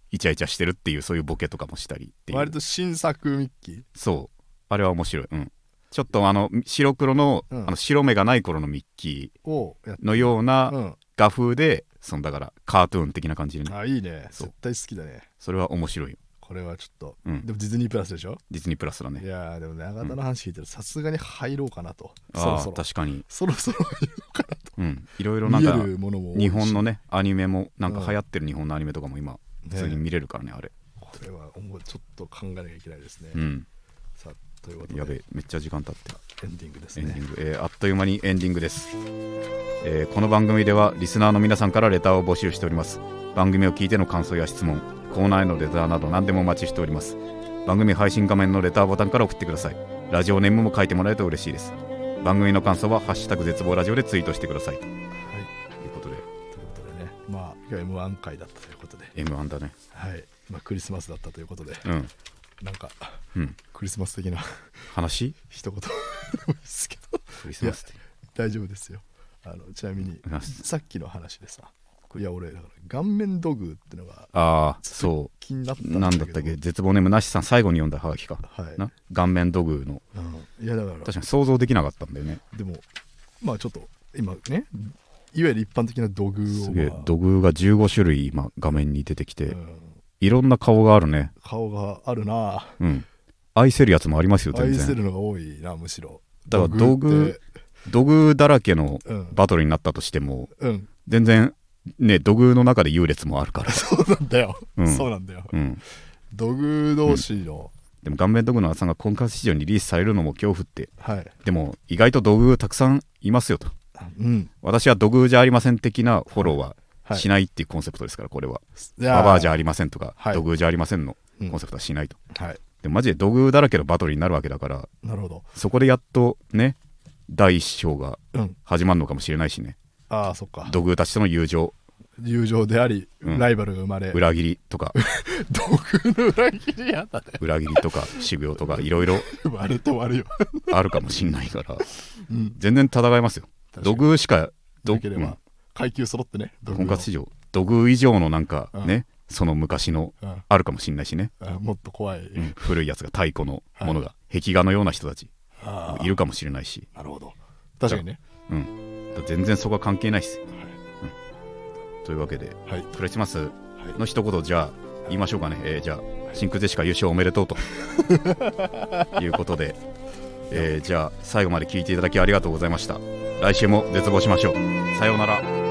A: イチャイチャしてるっていうそういうボケとかもしたりっていう
B: 割と新作ミッキー
A: そうあれは面白いうんちょっとあの白黒の,、
B: うん
A: あの白目がない頃のミッキ
B: をやっ
A: ーのような
B: うん
A: 画風で、そのだからカートゥーン的な感じでね
B: あいいね
A: そう
B: 絶対好きだね
A: それは面白いよ
B: これはちょっと、
A: うん
B: でもディズニープラスでしょ
A: ディズニープラスだね
B: いやーでも永田の話聞いたらさすがに入ろうかなと、そ
A: あ
B: ろ
A: あ
B: そろ
A: 確かに、
B: そろそろ入ろうか
A: うん、いろいろ
B: な
A: なん
B: と
A: か
B: 見えるものも多いし
A: 日本のねアニメもなんか
B: うん
A: 流行ってる日本のアニメとかも今普通に見れるからねあれ
B: これはもうちょっと考えなきゃいけないですね、
A: うん
B: さあということで
A: やべえめっちゃ時間経って
B: エンディングです
A: エンデ
B: ね
A: ィング、えーあっという間にエンディングです、えーこの番組ではリスナーの皆さんからレターを募集しております番組を聞いての感想や質問コーナーへのレターなど何でもお待ちしております番組配信画面のレターボタンから送ってくださいラジオネームも書いてもらえると嬉しいです番組の感想は「ハッシュタグ絶望ラジオ」でツイートしてくださいとい
B: はいう
A: ことで
B: ということでねまあ今日 M1 回だったということで
A: M1 だね
B: はいまあクリスマスだったということで
A: うん
B: なんか
A: うん
B: クリスマス的な
A: 話
B: 一言でもいいですけど
A: クリスマスって
B: 大丈夫ですよあのちなみに
A: うん
B: さっきの話でさいや俺だから顔面土偶ってのが
A: ああそ
B: 気になった
A: うなんだったっけ絶望ネームなしさん最後に読んだハガキか、
B: はい
A: な顔面土偶の
B: うんいやだから
A: 確かに想像できなかったんだよね
B: でもまあちょっと今ねいわゆる一般的な土偶
A: す
B: を、
A: げえ
B: まあ
A: 土偶が15種類今画面に出てきて、
B: うん
A: いろんな顔があるね
B: 顔があるな
A: うん愛せるやつもありますよ全
B: 愛せ
A: 然
B: るのが多いなむしろ
A: だから道具土偶だらけの
B: ってうん、
A: バトルになったとしても
B: うん、
A: 全然ね土偶の中で優劣もあるから、
B: そうなんだよ、
A: うん
B: そうなんだよ
A: うん、
B: 土偶同士の、
A: でも顔面道具のさんが婚活市場にリリースされるのも恐怖って
B: はい、
A: でも意外と土偶たくさんいますよと
B: うん
A: 私は土偶じゃありません的なフォローは
B: はい、
A: しないっていうコンセプトですからこれは、
B: じ
A: ババアじゃ
B: ゃ
A: ありませんとか、
B: はい
A: 土偶じゃありませんの
B: あうん
A: コンセプトはしないと、
B: はい
A: でもマジで土偶だらけのバトルになるわけだから
B: なるほど
A: そこでやっとね第一章が
B: うん
A: 始まるのかもしれないしね
B: ああそっか
A: 土偶たちとの友情
B: 友情であり、
A: うん
B: ライバルが生まれ
A: 裏切りとか
B: 土偶の裏切りやだね
A: 裏切り とか修行とかいろいろ
B: 割ると割るよ、
A: あるかもしれないから
B: うん、
A: 全然戦いますよ
B: 確か
A: 土
B: に
A: 偶しかど
B: なければ、階級揃ってね
A: う
B: 土
A: ん
B: 偶
A: 婚
B: の
A: 活市場土偶以上のなんか
B: うん
A: ね、その昔の
B: うん
A: あるかもしれないしね、
B: あもっと怖い、
A: うん古いやつが太古のものが、壁画のような人たち
B: ああ
A: いるかもしれないし、
B: なるほど確かにね、
A: うん、だから全然そこは関係ないですというわけで
B: はいはい
A: クリスマス
B: はい
A: の一言じゃあ言いましょうかね、えーじゃあ真空ジェシカ優勝おめでとうと いうことで、えーじゃあ最後まで聞いていただきありがとうございました来週も絶望しましょうさようなら